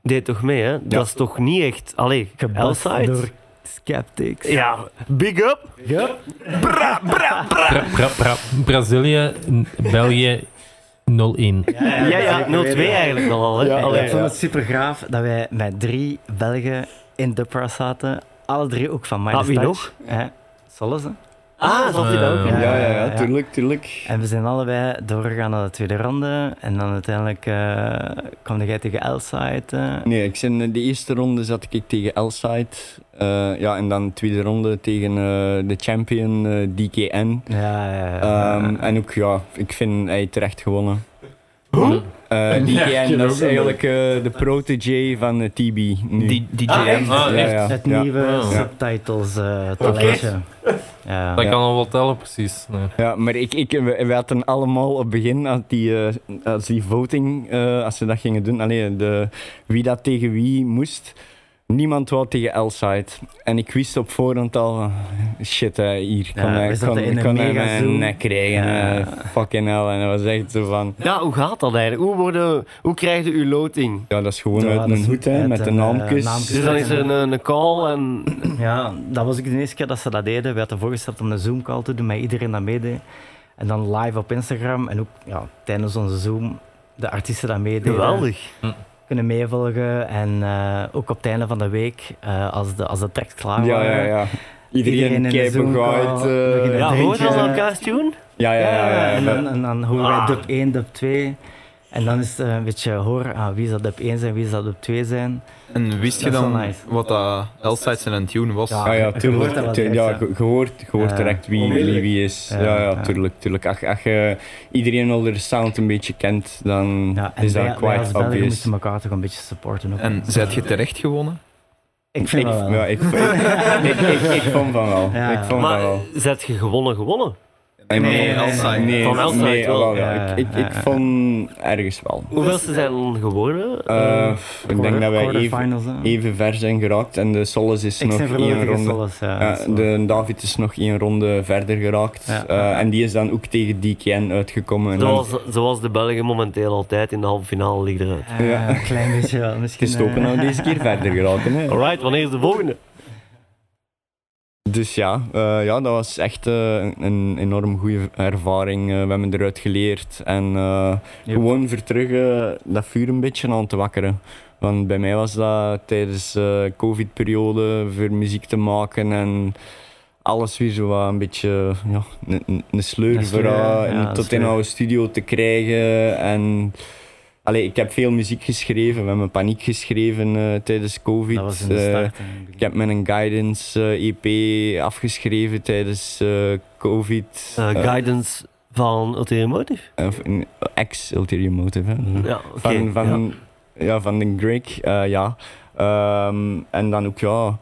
[SPEAKER 1] deed toch mee, hè? Dat is toch niet echt. Allee,
[SPEAKER 4] Gebast
[SPEAKER 1] Elside.
[SPEAKER 4] door Skeptics.
[SPEAKER 1] Ja, big up.
[SPEAKER 2] Bra- bra- bra- Brazilië, n- België 0-1.
[SPEAKER 1] Ja, ja, 02 eigenlijk nog al, hè?
[SPEAKER 5] Ja,
[SPEAKER 1] Allee.
[SPEAKER 4] Ik vond het super graaf dat wij met drie Belgen in de pras zaten. Alle drie ook van Midas
[SPEAKER 1] Ah, wie
[SPEAKER 4] Touch.
[SPEAKER 1] nog?
[SPEAKER 4] Hè? Solis, hè?
[SPEAKER 1] Ah, zat hij daar ook?
[SPEAKER 4] Ja,
[SPEAKER 5] Ja, ja, ja,
[SPEAKER 4] ja, ja.
[SPEAKER 5] tuurlijk, tuurlijk.
[SPEAKER 4] En we zijn allebei doorgegaan naar de tweede ronde. En dan uiteindelijk eh kwam jij tegen Elside. eh.
[SPEAKER 5] Nee, ik zin, de eerste ronde zat ik tegen Elside. eh ja, en dan de tweede ronde tegen eh, de champion eh, DKN.
[SPEAKER 4] Ja, ja, ja.
[SPEAKER 5] Ehm, en ook, ja, ik vind hij terecht gewonnen. Eh, DKN,
[SPEAKER 3] Ja, ik ken
[SPEAKER 5] dat
[SPEAKER 3] ook
[SPEAKER 5] is
[SPEAKER 3] wel.
[SPEAKER 5] eigenlijk eh, de protégé van de TB nu.
[SPEAKER 6] Die, die
[SPEAKER 5] Ah,
[SPEAKER 6] GM.
[SPEAKER 5] echt? Ja, ja, ja.
[SPEAKER 4] Het nieuwe
[SPEAKER 2] Oh.
[SPEAKER 4] subtitles eh talentje. Ja.
[SPEAKER 2] Dat
[SPEAKER 5] Ja.
[SPEAKER 2] kan al wel tellen, precies. Nee.
[SPEAKER 5] Ja, maar ik, ik, we, we hadden allemaal op het begin, als die, eh, als die voting, eh, als ze dat gingen doen, alleen de, wie dat tegen wie moest, niemand wou tegen Elside. En ik wist op voorhand al, eh, shit, hè, hier
[SPEAKER 4] Ja,
[SPEAKER 5] kan
[SPEAKER 4] we
[SPEAKER 5] hij
[SPEAKER 4] zaten
[SPEAKER 5] kan,
[SPEAKER 4] in een
[SPEAKER 5] kan hij
[SPEAKER 4] mega
[SPEAKER 5] mijn
[SPEAKER 4] zoom.
[SPEAKER 5] nek krijgen.
[SPEAKER 4] Ja.
[SPEAKER 5] eh, fucking hell. En dat was echt zo van,
[SPEAKER 1] Ja, hoe gaat dat eigenlijk? Hoe, worden, hoe krijg je uw loting?
[SPEAKER 5] ja, dat is gewoon
[SPEAKER 4] Ja,
[SPEAKER 5] uit
[SPEAKER 4] dat
[SPEAKER 5] een
[SPEAKER 4] is
[SPEAKER 5] hoed, hè,
[SPEAKER 4] uit
[SPEAKER 5] met
[SPEAKER 4] een,
[SPEAKER 5] de
[SPEAKER 4] eh,
[SPEAKER 5] naamkes.
[SPEAKER 4] naamkes.
[SPEAKER 1] Dus dan is er een, een call en.
[SPEAKER 4] ja, dat was ook de eerste keer dat ze dat deden. We hadden voorgesteld om een Zoom-call te doen met iedereen dat meedeed. En dan live op Instagram en ook ja, tijdens onze Zoom de artiesten dat meededen.
[SPEAKER 1] Geweldig.
[SPEAKER 4] Kunnen meevolgen en eh, ook op het einde van de week, eh, als, de, als de tekst klaar
[SPEAKER 5] Ja,
[SPEAKER 4] waren.
[SPEAKER 5] ja, ja. Iedereen,
[SPEAKER 4] Iedereen in de
[SPEAKER 5] kijken
[SPEAKER 4] Zoom-call,
[SPEAKER 5] gaat.
[SPEAKER 4] beginnen
[SPEAKER 5] eh,
[SPEAKER 1] Ja,
[SPEAKER 4] drinken.
[SPEAKER 1] hoor je dan
[SPEAKER 4] Ja.
[SPEAKER 1] elkaar tune?
[SPEAKER 5] ja, ja, ja, ja, ja.
[SPEAKER 4] en, dan, en dan horen
[SPEAKER 1] Ah.
[SPEAKER 4] wij dub 1, dub 2. En dan is het eh, een beetje horen ah, wie zal dub 1 zijn, wie zal dub 2 zijn.
[SPEAKER 6] En wist je
[SPEAKER 4] Dat is
[SPEAKER 6] dan
[SPEAKER 4] wel nice.
[SPEAKER 6] wat dat Elsides zijn tune was?
[SPEAKER 4] Ja.
[SPEAKER 5] Ah ja,
[SPEAKER 4] Je hoort dat
[SPEAKER 5] tuurlijk.
[SPEAKER 4] wel
[SPEAKER 5] Tu-
[SPEAKER 4] direct,
[SPEAKER 5] ja,
[SPEAKER 4] ja.
[SPEAKER 5] ge- je hoort, je hoort
[SPEAKER 4] Ja.
[SPEAKER 5] direct wie, wie,
[SPEAKER 4] Onmiddellijk.
[SPEAKER 5] wie is. Ja,
[SPEAKER 4] Ja,
[SPEAKER 5] ja,
[SPEAKER 4] ja.
[SPEAKER 5] tuurlijk, tuurlijk. Als, als je iedereen al de sound een beetje kent, dan
[SPEAKER 4] Ja, en
[SPEAKER 5] is
[SPEAKER 4] wij,
[SPEAKER 5] dat
[SPEAKER 4] wij
[SPEAKER 5] quite
[SPEAKER 4] als Belgen
[SPEAKER 5] obvious.
[SPEAKER 4] moesten elkaar toch een beetje supporten. Ook.
[SPEAKER 6] En zijt je terecht gewonnen?
[SPEAKER 4] Ik vind
[SPEAKER 5] ik,
[SPEAKER 4] dat wel.
[SPEAKER 5] ja, ik, ik, ik, ik, ik vond van wel.
[SPEAKER 4] Ja,
[SPEAKER 5] Ik
[SPEAKER 4] ja.
[SPEAKER 5] vond
[SPEAKER 1] Maar
[SPEAKER 5] van wel.
[SPEAKER 1] zet je gewonnen, gewonnen?
[SPEAKER 5] Nee,
[SPEAKER 6] nee,
[SPEAKER 5] nee,
[SPEAKER 6] Elsaai.
[SPEAKER 5] nee,
[SPEAKER 1] Van Elsaai
[SPEAKER 5] nee,
[SPEAKER 1] wel.
[SPEAKER 5] wel, ja.
[SPEAKER 4] Ja,
[SPEAKER 5] Ik, ik,
[SPEAKER 4] ja,
[SPEAKER 5] ik
[SPEAKER 4] ja.
[SPEAKER 5] vond ergens wel.
[SPEAKER 1] Hoeveel ze zijn geworden?
[SPEAKER 5] Dus- Eh, ik denk dat wij even,
[SPEAKER 4] Quarterfinals, hè.
[SPEAKER 5] even ver zijn geraakt en de Solis is
[SPEAKER 4] Ik
[SPEAKER 5] nog
[SPEAKER 4] zijn verloren
[SPEAKER 5] één
[SPEAKER 4] tegen
[SPEAKER 5] ronde.
[SPEAKER 4] Solis, ja.
[SPEAKER 5] Ja,
[SPEAKER 4] dat is waar.
[SPEAKER 5] de David is nog één ronde verder geraakt.
[SPEAKER 4] Ja.
[SPEAKER 5] Eh, en die is dan ook tegen DKN uitgekomen. eh, En dan-
[SPEAKER 1] Zoals, zoals de Belgen momenteel altijd in de halve finale ligt eruit.
[SPEAKER 4] Eh,
[SPEAKER 5] Ja.
[SPEAKER 4] Een klein beetje wel,
[SPEAKER 5] Het
[SPEAKER 4] misschien. eh,
[SPEAKER 5] is het ook nou deze keer verder geraken. Hè.
[SPEAKER 1] Alright, wanneer is de volgende?
[SPEAKER 5] Dus ja, eh, ja, dat was echt eh, een- een enorm goede ervaring. Eh, we hebben eruit geleerd. En eh,
[SPEAKER 4] Yep.
[SPEAKER 5] gewoon voor terug eh, dat vuur een beetje aan te wakkeren. Want bij mij was dat tijdens de COVID-periode voor muziek te maken en alles weer zo wat een beetje ja, een- een- een sleur
[SPEAKER 4] Een
[SPEAKER 5] voor
[SPEAKER 4] sleur,
[SPEAKER 5] haar,
[SPEAKER 4] ja,
[SPEAKER 5] en
[SPEAKER 4] een
[SPEAKER 5] tot in
[SPEAKER 4] sleur.
[SPEAKER 5] oude studio te krijgen. En, allee, ik heb veel muziek geschreven, we hebben paniek geschreven eh, tijdens COVID.
[SPEAKER 4] Dat was in de
[SPEAKER 5] Eh,
[SPEAKER 4] start. in het begin.
[SPEAKER 5] ik heb mijn guidance eh, EP afgeschreven tijdens eh, COVID.
[SPEAKER 1] Eh,
[SPEAKER 5] Eh,
[SPEAKER 1] guidance van Ulterior Motive?
[SPEAKER 5] of een ex-Ulterior Motive. hè.
[SPEAKER 1] Ja, oké.
[SPEAKER 5] hm. Van,
[SPEAKER 1] ja.
[SPEAKER 5] van, ja. van de Greg, eh, ja. Ehm, en dan ook, ja.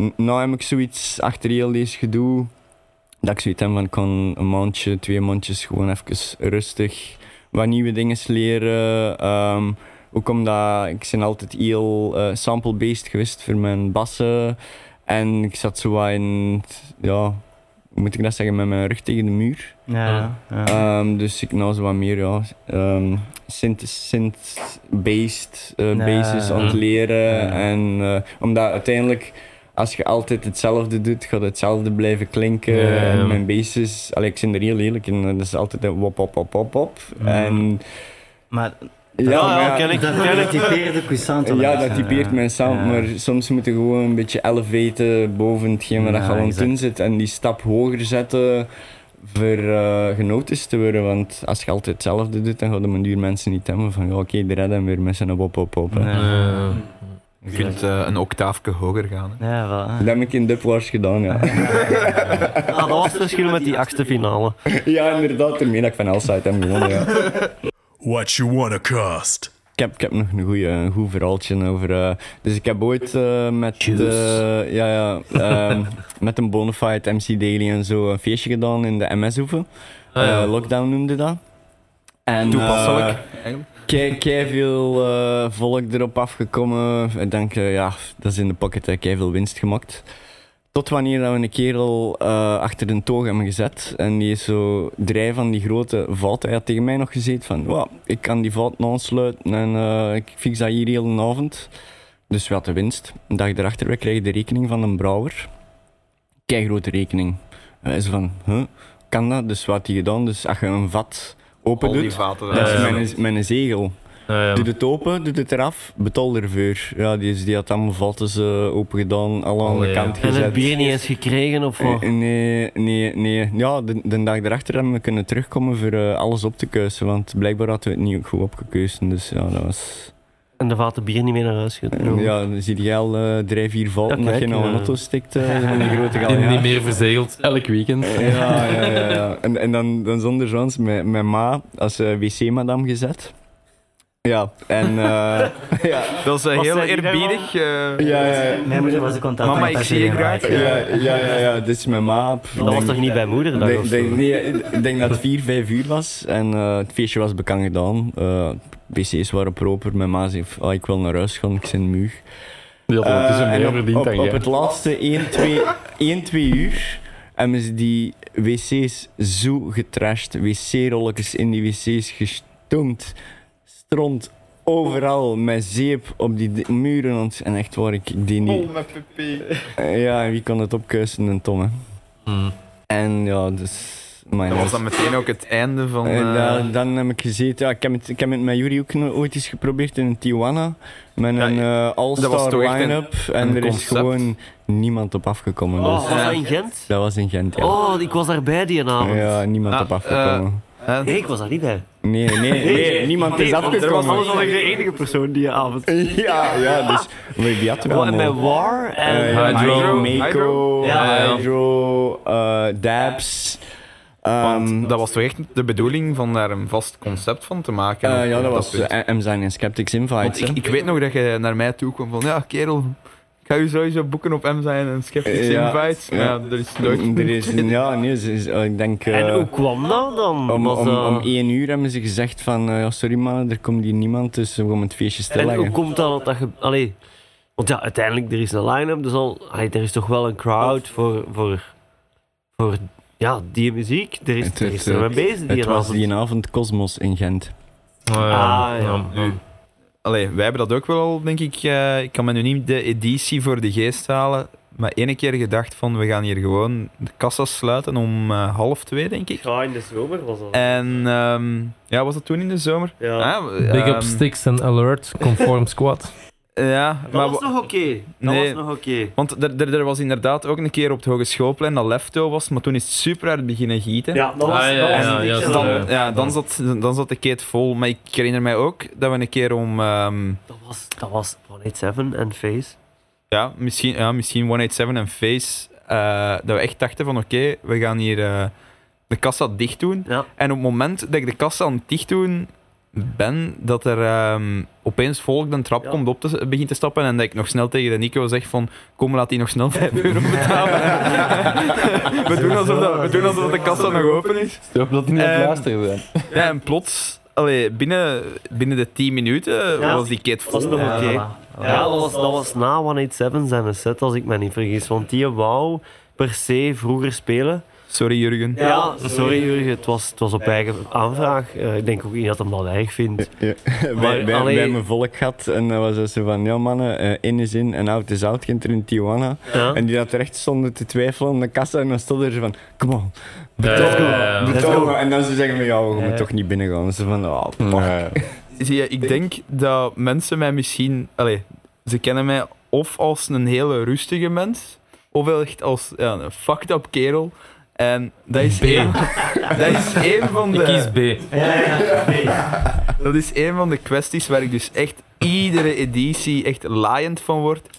[SPEAKER 5] n- Nou heb ik zoiets achter heel deze gedoe. Dat ik zoiets heb van, ik kan een maandje, twee maandjes gewoon even rustig wat nieuwe dingen leren. ehm, Ook omdat ik zijn altijd heel eh, sample-based geweest voor mijn bassen. En ik zat zo wat in, het- ja, hoe moet ik dat zeggen, met mijn rug tegen de muur.
[SPEAKER 4] Ja, ja.
[SPEAKER 5] Ehm, dus ik nou zo wat meer, ja, ehm, synth- synth-based eh,
[SPEAKER 4] Ja.
[SPEAKER 5] bases aan
[SPEAKER 2] Mhm.
[SPEAKER 5] het leren.
[SPEAKER 4] Ja.
[SPEAKER 5] En eh, omdat uiteindelijk, als je altijd hetzelfde doet, gaat hetzelfde blijven klinken.
[SPEAKER 2] Ja, ja, ja.
[SPEAKER 5] En mijn bases, allee, ik ben er heel eerlijk in, eh, dat is altijd een wop, wop, wop, wop, wop.
[SPEAKER 2] Mhm.
[SPEAKER 4] Mm.
[SPEAKER 5] Eh, En
[SPEAKER 4] Maar
[SPEAKER 5] ja, maar ja,
[SPEAKER 1] ken ik,
[SPEAKER 4] dat
[SPEAKER 1] ken ik.
[SPEAKER 4] typeerde Coussant wel
[SPEAKER 5] ja,
[SPEAKER 4] eens,
[SPEAKER 5] dat
[SPEAKER 4] hè.
[SPEAKER 5] typeert mijn sound,
[SPEAKER 4] Ja.
[SPEAKER 5] maar soms moet je gewoon een beetje elevaten boven hetgeen waar
[SPEAKER 4] Ja,
[SPEAKER 5] dat je al aan het
[SPEAKER 4] exact.
[SPEAKER 5] doen zit en die stap hoger zetten voor eh genotice te worden. Want als je altijd hetzelfde doet, dan gaan de duur mensen niet hebben van ja, oké, de redden hem weer met zijn op op op. hè.
[SPEAKER 4] Ja.
[SPEAKER 2] Eh,
[SPEAKER 9] Je kunt eh, een octaafje hoger gaan. hè.
[SPEAKER 4] Ja, wel. hè.
[SPEAKER 5] Dat heb ik in Duplaars gedaan, ja.
[SPEAKER 1] Ah, dat was het verschil met die achtste finale.
[SPEAKER 5] ja, inderdaad, ermee dat ik van Elsite heb gewonnen, ja.
[SPEAKER 7] What you wanna cost?
[SPEAKER 5] Ik heb, ik heb nog een, goeie, een goed verhaaltje over. eh, dus ik heb ooit eh, met, de, ja, ja, ehm, met een bonafide MC Daily en zo een feestje gedaan in de MS-hoeve.
[SPEAKER 2] Ah, ja.
[SPEAKER 5] Eh, lockdown noemde dat. En, eh,
[SPEAKER 9] Toepasselijk.
[SPEAKER 5] Kei, kei veel eh, volk erop afgekomen. Ik denk, eh, ja, dat is in de pocket, hè. kei veel winst gemaakt. Tot wanneer dat we een kerel eh, achter een toog hebben gezet. En die is zo drijf van die grote vaat. Hij had tegen mij nog gezegd van, "Wa, ik kan die vaat aansluiten en eh, ik fix dat hier heel de avond. Dus we hadden winst. Een dag erachter, we kregen de rekening van een brouwer. Kei grote rekening. Hij is van, huh? kan dat? Dus wat had hij gedaan? Dus als je een vat open
[SPEAKER 6] Al
[SPEAKER 5] doet,
[SPEAKER 6] die vaten.
[SPEAKER 5] dat is
[SPEAKER 2] Ja, ja.
[SPEAKER 5] mijn, mijn zegel.
[SPEAKER 2] eh,
[SPEAKER 5] Doe het open, doe het eraf, betaal ervoor. Ja, die, die had allemaal vatten ze open gedaan, alle aan de
[SPEAKER 2] Allee, ja.
[SPEAKER 5] kant
[SPEAKER 1] En het
[SPEAKER 5] gezet.
[SPEAKER 1] bier niet eens gekregen of wat?
[SPEAKER 5] Eh, Nee, nee, nee. Ja, de, de dag erachter hebben we kunnen terugkomen voor eh, alles op te kuisen, want blijkbaar hadden we het niet goed opgekuisen. Dus ja, dat was... eh,
[SPEAKER 1] En de vaten bier niet meer naar huis gedroegen.
[SPEAKER 5] Ja, dan zie je al eh, drie, vier vaten
[SPEAKER 1] Ja,
[SPEAKER 5] dat je
[SPEAKER 1] kijk,
[SPEAKER 5] nou een
[SPEAKER 1] ja.
[SPEAKER 5] auto stikt eh, van die grote
[SPEAKER 2] en
[SPEAKER 5] galjaars.
[SPEAKER 2] niet meer verzegeld elk weekend.
[SPEAKER 5] Ja, ja, ja. ja. En, en dan, dan zonder zwans, mijn, mijn ma als eh, wc-madam gezet. Ja, en... eh, ja.
[SPEAKER 6] Dat is eh,
[SPEAKER 1] Was
[SPEAKER 6] heel
[SPEAKER 1] zij hier
[SPEAKER 6] eerbiedig. eh,
[SPEAKER 5] Ja, ja, ja.
[SPEAKER 4] Mijn moeder was de contact.
[SPEAKER 6] Mama, ik zie je graag.
[SPEAKER 5] Ja, ja, ja, ja, dit is mijn maap.
[SPEAKER 1] Dat was toch niet bij moeder dan?
[SPEAKER 5] Ik denk, nee, ik denk dat het 4, 5 uur was en eh, het feestje was bekend gedaan. Eh wc's waren proper. Mijn ma zei: ah, Ik wil naar huis gaan, ik zin muug.
[SPEAKER 3] Die had ondertussen
[SPEAKER 5] Eh, en
[SPEAKER 3] meer
[SPEAKER 5] op-
[SPEAKER 3] dus verdiend
[SPEAKER 5] op,
[SPEAKER 3] dan
[SPEAKER 5] op,
[SPEAKER 3] jij.
[SPEAKER 5] het laatste 1, 2, 1, 2 uur hebben ze die wc's zo getrashed. Wc-rolletjes in die wc's gestoomd. Stront overal met zeep op die d- muren. ont- En echt waar, ik ik die niet.
[SPEAKER 6] Vol met pipi.
[SPEAKER 5] Eh, Ja, en wie kan het opkuisen? Een Tom, hè.
[SPEAKER 2] Hm.
[SPEAKER 5] En ja, dus... Mijn
[SPEAKER 6] eh, Dat was dan meteen ook het einde van...
[SPEAKER 5] en
[SPEAKER 6] eh,
[SPEAKER 5] da- dan heb ik gezeten, ja, ik, heb het, ik heb het met Juri ook nog ooit eens geprobeerd in Tijuana. Met
[SPEAKER 6] Ja,
[SPEAKER 5] een eh
[SPEAKER 6] was
[SPEAKER 5] all-star
[SPEAKER 6] toch echt een-
[SPEAKER 5] line-up. En
[SPEAKER 6] een
[SPEAKER 5] er is
[SPEAKER 6] concept.
[SPEAKER 5] gewoon niemand op afgekomen.
[SPEAKER 1] Oh, was
[SPEAKER 5] dus,
[SPEAKER 1] dat in Gent?
[SPEAKER 5] dat was in Gent, ja.
[SPEAKER 1] Oh, ik was daarbij die avond.
[SPEAKER 5] ja, niemand
[SPEAKER 6] Ah,
[SPEAKER 5] op afgekomen.
[SPEAKER 6] eh,
[SPEAKER 1] Nee, ik was daar niet bij.
[SPEAKER 5] Nee, nee, nee, niemand is
[SPEAKER 1] want er was alles
[SPEAKER 5] afgekomen.
[SPEAKER 1] al de enige persoon die avond.
[SPEAKER 5] Ja, ja, dus we die hadden wel
[SPEAKER 1] en bij
[SPEAKER 5] nog.
[SPEAKER 1] War en...
[SPEAKER 5] Eh, ja,
[SPEAKER 2] Hydro.
[SPEAKER 5] Hydro,
[SPEAKER 6] Hydro.
[SPEAKER 5] Mako,
[SPEAKER 1] Ja,
[SPEAKER 2] ja.
[SPEAKER 5] Hydro, eh, Dabs.
[SPEAKER 6] Want
[SPEAKER 5] ehm,
[SPEAKER 6] dat was toch echt de bedoeling van daar een vast concept van te maken?
[SPEAKER 5] Eh,
[SPEAKER 6] op-
[SPEAKER 5] ja,
[SPEAKER 6] op
[SPEAKER 5] dat was
[SPEAKER 6] punt.
[SPEAKER 5] eh, M-Zijn en Skeptics Invites.
[SPEAKER 6] Want ik,
[SPEAKER 5] hè.
[SPEAKER 6] ik weet nog dat je naar mij toe kwam van, ja kerel, ik ga u sowieso boeken op M zijn en Skeptics
[SPEAKER 5] Ja,
[SPEAKER 6] Invites. Ja,
[SPEAKER 5] ja.
[SPEAKER 6] er is nooit...
[SPEAKER 5] Er is, ja, nee, ze is, eh, ik denk... eh,
[SPEAKER 1] En hoe kwam dat dan?
[SPEAKER 5] om,
[SPEAKER 1] Was
[SPEAKER 5] om,
[SPEAKER 1] dat-
[SPEAKER 5] om één uur hebben ze gezegd van, eh, ja, sorry man, er komt hier niemand, dus we gaan het feestje
[SPEAKER 1] En hoe
[SPEAKER 5] stilleggen.
[SPEAKER 1] komt dat dat je... Allee, want ja, uiteindelijk, er is een line-up, dus al, allee, er is toch wel een crowd voor, voor, voor ja, die muziek. Er is,
[SPEAKER 5] Het-
[SPEAKER 1] er
[SPEAKER 5] het,
[SPEAKER 1] is er mee
[SPEAKER 5] eh,
[SPEAKER 1] bezig die
[SPEAKER 5] Het was
[SPEAKER 1] avond.
[SPEAKER 5] die avond Cosmos in Gent.
[SPEAKER 2] Ah, ja.
[SPEAKER 1] Ah, ja.
[SPEAKER 2] Ja, ja.
[SPEAKER 6] Allee, wij hebben dat ook wel al, denk ik. eh, ik kan me nu niet de editie voor de geest halen. Maar ene keer gedacht van, we gaan hier gewoon de kassas sluiten om eh, half twee, denk ik.
[SPEAKER 1] Ja, in de zomer was dat.
[SPEAKER 6] En ehm, ja, was dat toen in de zomer?
[SPEAKER 1] ja.
[SPEAKER 6] Ah,
[SPEAKER 2] Big
[SPEAKER 6] ehm,
[SPEAKER 2] up sticks en alert, conform squad.
[SPEAKER 6] Ja,
[SPEAKER 1] Dat
[SPEAKER 6] maar
[SPEAKER 1] was
[SPEAKER 6] wa-
[SPEAKER 1] nog oké. Dat
[SPEAKER 6] Nee.
[SPEAKER 1] was nog oké.
[SPEAKER 6] want er, er, er was inderdaad ook een keer op het hogeschoolplein dat Lefto was, maar toen is het super hard beginnen gieten.
[SPEAKER 1] Ja, dat was,
[SPEAKER 2] Ah, ja,
[SPEAKER 1] dat was
[SPEAKER 2] ja,
[SPEAKER 1] een
[SPEAKER 2] ja,
[SPEAKER 1] beetje-
[SPEAKER 2] dat-
[SPEAKER 6] Dan, ja, dan, zat, dan zat de keet vol. Maar ik herinner mij ook dat we een keer om... ehm,
[SPEAKER 1] Dat was, dat was 187 en Face.
[SPEAKER 6] ja, misschien, ja, misschien 187 en Face... eh, dat we echt dachten van oké, we gaan hier eh, de kassa dicht doen.
[SPEAKER 1] Ja.
[SPEAKER 6] En op het moment dat ik de kassa aan het dicht doen ben, dat er ehm, opeens volk de trap
[SPEAKER 1] Ja.
[SPEAKER 6] komt op te, begint te stappen en dat ik nog snel tegen de Nico zeg van kom, laat die nog snel 5 euro betalen. we, doen alsof dat, we doen alsof dat de kassa nog open is.
[SPEAKER 3] Ik hoop dat hij niet aan het
[SPEAKER 6] Ehm,
[SPEAKER 3] luisteren zijn.
[SPEAKER 6] Ja, en plots allee, binnen, binnen de 10 minuten
[SPEAKER 1] Ja.
[SPEAKER 6] was die kid vol.
[SPEAKER 1] Was nog
[SPEAKER 6] Ja.
[SPEAKER 1] oké.
[SPEAKER 4] voilà.
[SPEAKER 1] Ja, dat was, dat was na 187 zijn set, als ik me niet vergis. Want die wou per se vroeger spelen.
[SPEAKER 6] Sorry Jurgen.
[SPEAKER 1] Ja, sorry Jurgen, het was, het was op eigen aanvraag. Eh, ik denk ook niet dat hem dat erg vindt.
[SPEAKER 5] Ja.
[SPEAKER 1] Maar,
[SPEAKER 5] bij, bij,
[SPEAKER 1] allee-
[SPEAKER 5] bij mijn volk had en dan was dat zo van, ja mannen, eh, in is in en out is out, kind er in Tijuana.
[SPEAKER 1] Ja.
[SPEAKER 5] En die dat terecht stonden te twijfelen aan de kassa en dan stonden er zo van, come on,
[SPEAKER 2] Eh,
[SPEAKER 5] betogen,
[SPEAKER 1] let's
[SPEAKER 5] betogen.
[SPEAKER 1] go.
[SPEAKER 5] En dan ze zeggen van, ja, we gaan
[SPEAKER 4] Ja.
[SPEAKER 5] toch niet binnengaan. En ze van, oh, fuck.
[SPEAKER 3] Nee.
[SPEAKER 6] Zie je, ik denk dat mensen mij misschien... Allee, ze kennen mij of als een hele rustige mens, of wel echt als ja, een fucked up kerel. En dat is
[SPEAKER 2] B.
[SPEAKER 6] één- dat is één van de...
[SPEAKER 2] Ik kies B.
[SPEAKER 6] Dat is een van de kwesties waar ik dus echt iedere editie echt laaiend van word.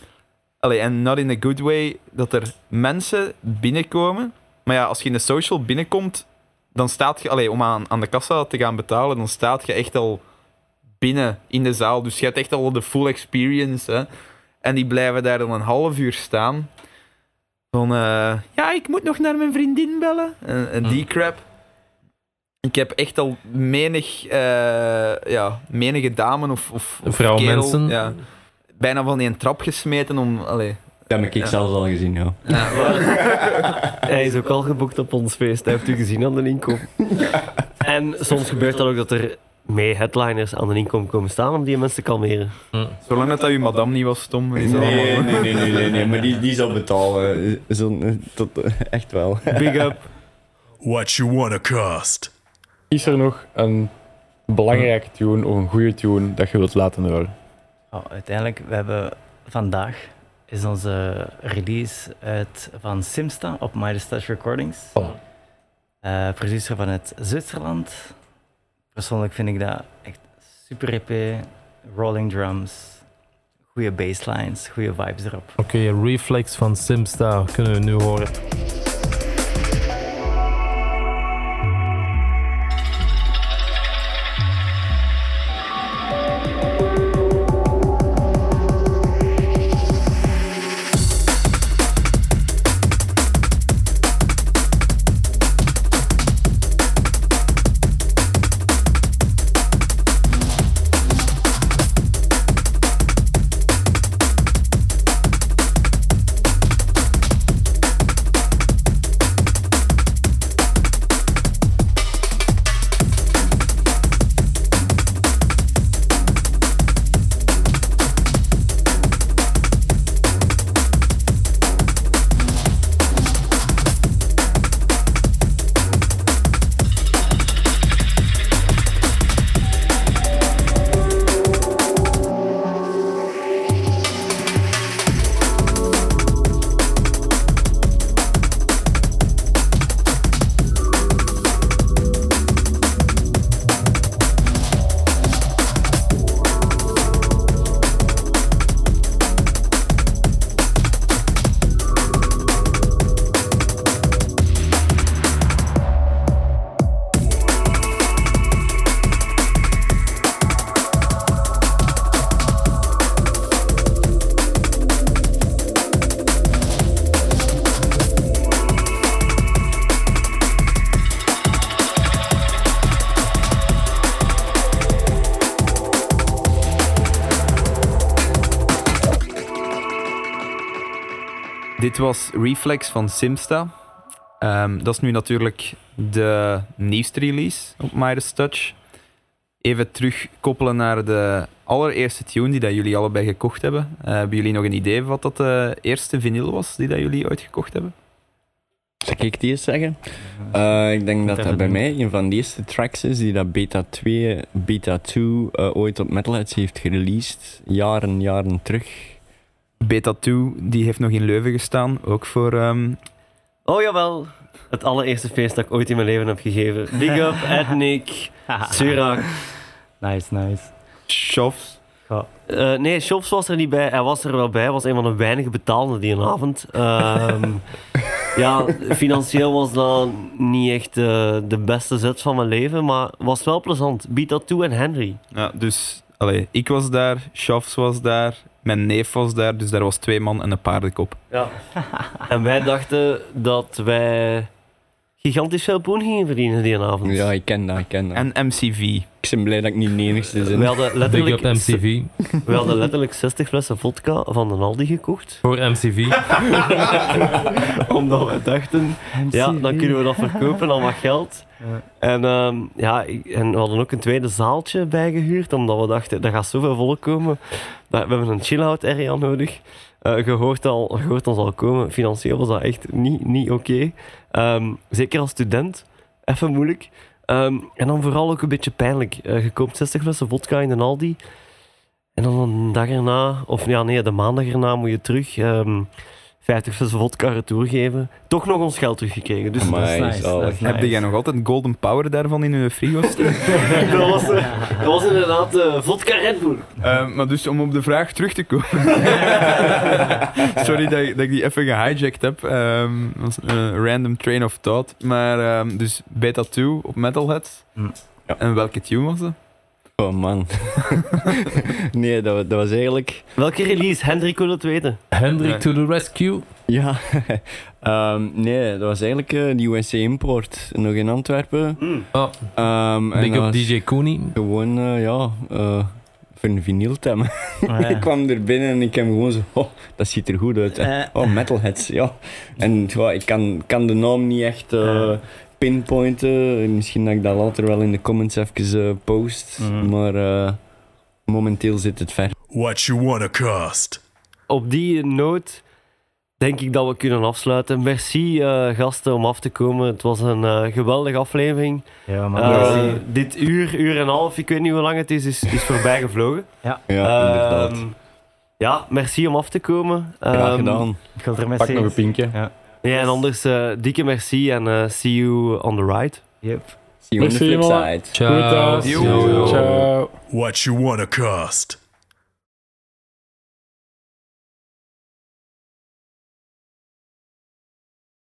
[SPEAKER 6] Allee, en not in a good way, dat er mensen binnenkomen. Maar ja, als je in de social binnenkomt, dan staat je, allee, om aan, aan de kassa te gaan betalen, dan staat je echt al binnen in de zaal. Dus je hebt echt al de full experience. Hè. En die blijven daar dan een half uur staan. Van, eh, ja, ik moet nog naar mijn vriendin bellen. En, en
[SPEAKER 2] Hmm.
[SPEAKER 6] die crap. Ik heb echt al menig, eh, ja, menige dame of, of, of
[SPEAKER 2] Vrouw,
[SPEAKER 6] kerel,
[SPEAKER 2] mensen.
[SPEAKER 6] Ja, bijna van één trap gesmeten om... Allee,
[SPEAKER 5] Dat heb ik
[SPEAKER 6] Ja.
[SPEAKER 5] zelfs al gezien, ja.
[SPEAKER 1] Hij is ook al geboekt op ons feest, hij heeft u gezien aan de inkom. En soms gebeurt dat ook dat er mee headliners aan de inkom komen staan om die mensen te kalmeren.
[SPEAKER 6] zolang dat dat uw madame niet was, Tom. is
[SPEAKER 5] Nee,
[SPEAKER 6] dat
[SPEAKER 5] nee,
[SPEAKER 6] allemaal-
[SPEAKER 5] nee, nee, nee, nee, maar die, die zal betalen. Eh, Zo'n, eh, tot, eh, echt wel.
[SPEAKER 1] Big up.
[SPEAKER 7] What you wanna cost?
[SPEAKER 3] Is er nog een belangrijke tune of een goede tune dat je wilt laten horen?
[SPEAKER 4] Ja, Oh, uiteindelijk, we hebben vandaag is onze release uit van Simsta op My Stash Recordings.
[SPEAKER 3] Oh.
[SPEAKER 4] Eh, producer van het Zwitserland. Persoonlijk vind ik dat echt super EP. Rolling drums, goede basslines, goede vibes erop.
[SPEAKER 2] Oké, Reflex van Simstar kunnen we nu horen.
[SPEAKER 6] Dit was Reflex van Simsta. Ehm, dat is nu natuurlijk de nieuwste release op Midas Touch. Even terugkoppelen naar de allereerste tune die dat jullie allebei gekocht hebben. Eh, hebben jullie nog een idee wat dat de eerste vinyl was die dat jullie ooit gekocht hebben?
[SPEAKER 5] Zal ik die eens zeggen? Eh, ik denk dat
[SPEAKER 4] Even
[SPEAKER 5] dat bij
[SPEAKER 4] doen.
[SPEAKER 5] mij een van de eerste tracks is die dat Beta 2, Beta 2 eh, ooit op Metalheads heeft gereleased. Jaren, jaren terug.
[SPEAKER 6] Beta 2, die heeft nog in Leuven gestaan, ook voor... ehm,
[SPEAKER 1] Oh jawel, het allereerste feest dat ik ooit in mijn leven heb gegeven. Big up, Ednik, Surak.
[SPEAKER 4] nice, nice.
[SPEAKER 6] Shops.
[SPEAKER 1] Eh, nee, Shops was er niet bij. Hij was er wel bij. Hij was een van de weinige betalende die een avond. Ehm, ja, financieel was dat niet echt eh, de beste zet van mijn leven, maar was wel plezant. Beat dat toe en Henry.
[SPEAKER 6] Ja, dus allee, ik was daar, Shops was daar, mijn neef was daar, dus daar was twee man en een paardenkop.
[SPEAKER 1] En wij dachten dat wij gigantisch veel poen gingen verdienen die avond.
[SPEAKER 5] Ja, ik ken dat, ik ken dat.
[SPEAKER 8] En MCV.
[SPEAKER 5] ik ben blij dat ik niet de enigste ben.
[SPEAKER 1] we, hadden
[SPEAKER 2] Big up
[SPEAKER 1] letterlijk,
[SPEAKER 2] MCV.
[SPEAKER 1] we hadden letterlijk 60 flessen vodka van de Aldi gekocht.
[SPEAKER 2] Voor MCV.
[SPEAKER 1] Omdat we dachten, ja, dan kunnen we dat verkopen, al wat geld.
[SPEAKER 4] Ja.
[SPEAKER 1] En, ehm, ja, ik- en we hadden ook een tweede zaaltje bijgehuurd, omdat we dachten, daar gaat zoveel volk komen. Daar- We hebben een chill-out area nodig. Eh, je, hoort al, je hoort ons al komen. Financieel was dat echt niet, niet oké. Ehm, zeker als student, even moeilijk. Ehm, en dan vooral ook een beetje pijnlijk. Eh, je koopt 60 flessen vodka in een Aldi. En dan een dag erna, of ja, nee, de maandag erna moet je terug ehm 50 flessen vodka retour geven. Toch nog ons geld teruggekregen. Dus
[SPEAKER 5] Amai,
[SPEAKER 4] dat is nice,
[SPEAKER 5] zalig.
[SPEAKER 4] dat is
[SPEAKER 6] Heb
[SPEAKER 4] nice.
[SPEAKER 6] jij nog altijd Golden Power daarvan in je frigo staan?
[SPEAKER 1] dat, was, eh, dat was inderdaad eh, vodka Red Bull.
[SPEAKER 6] Eh, maar dus om op de vraag terug te komen. Sorry dat, ik- dat ik die even gehijacked heb. Ehm, dat was een random train of thought. Maar ehm, dus Beta 2 op Metalhead.
[SPEAKER 4] Hm.
[SPEAKER 5] Ja.
[SPEAKER 6] En welke tune was dat?
[SPEAKER 5] Oh man. nee, dat, wa- dat was eigenlijk.
[SPEAKER 1] Welke release? Hendrik wil het weten.
[SPEAKER 2] Hendrik to the rescue.
[SPEAKER 5] Ja, ehm, nee, dat was eigenlijk eh, de USA Import. Nog in Antwerpen.
[SPEAKER 4] Mm.
[SPEAKER 2] Oh,
[SPEAKER 5] Ehm, en
[SPEAKER 2] big
[SPEAKER 5] dat
[SPEAKER 2] up
[SPEAKER 5] was
[SPEAKER 2] DJ Cooney.
[SPEAKER 5] Gewoon, eh, ja, eh, voor een vinyl
[SPEAKER 4] Ah, ja.
[SPEAKER 5] Ik kwam er binnen en ik heb gewoon zo. Oh, dat ziet er goed uit. hè.
[SPEAKER 4] Eh,
[SPEAKER 5] Oh, metalheads, ja. En ja, ik kan, kan de naam niet echt eh,
[SPEAKER 4] Ah, Ja.
[SPEAKER 5] pinpointen. Misschien dat ik dat later wel in de comments even eh, post.
[SPEAKER 4] Mhm.
[SPEAKER 5] Maar eh, momenteel zit het ver.
[SPEAKER 7] What you wanna cost?
[SPEAKER 1] Op die noot denk ik dat we kunnen afsluiten. Merci eh, gasten om af te komen. Het was een eh, geweldige aflevering.
[SPEAKER 4] ja,
[SPEAKER 5] Ah,
[SPEAKER 4] man.
[SPEAKER 1] Eh,
[SPEAKER 4] dat is-
[SPEAKER 1] dit uur, uur en een half, ik weet niet hoe lang het is, is, is voorbij gevlogen.
[SPEAKER 5] Ja, inderdaad.
[SPEAKER 1] Ehm, ja, merci om af te komen.
[SPEAKER 5] Graag
[SPEAKER 1] Ehm,
[SPEAKER 5] gedaan.
[SPEAKER 4] Ik wil er met
[SPEAKER 3] Pak nog
[SPEAKER 4] zeggen-
[SPEAKER 3] een pinkje.
[SPEAKER 1] Ja, en anders eh, dikke merci en eh, see you on the ride.
[SPEAKER 4] Yep.
[SPEAKER 5] See you on the
[SPEAKER 3] Merci,
[SPEAKER 5] flip
[SPEAKER 3] mannen.
[SPEAKER 5] side.
[SPEAKER 2] Ciao.
[SPEAKER 3] Ciao. Ciao.
[SPEAKER 7] What you wanna cost?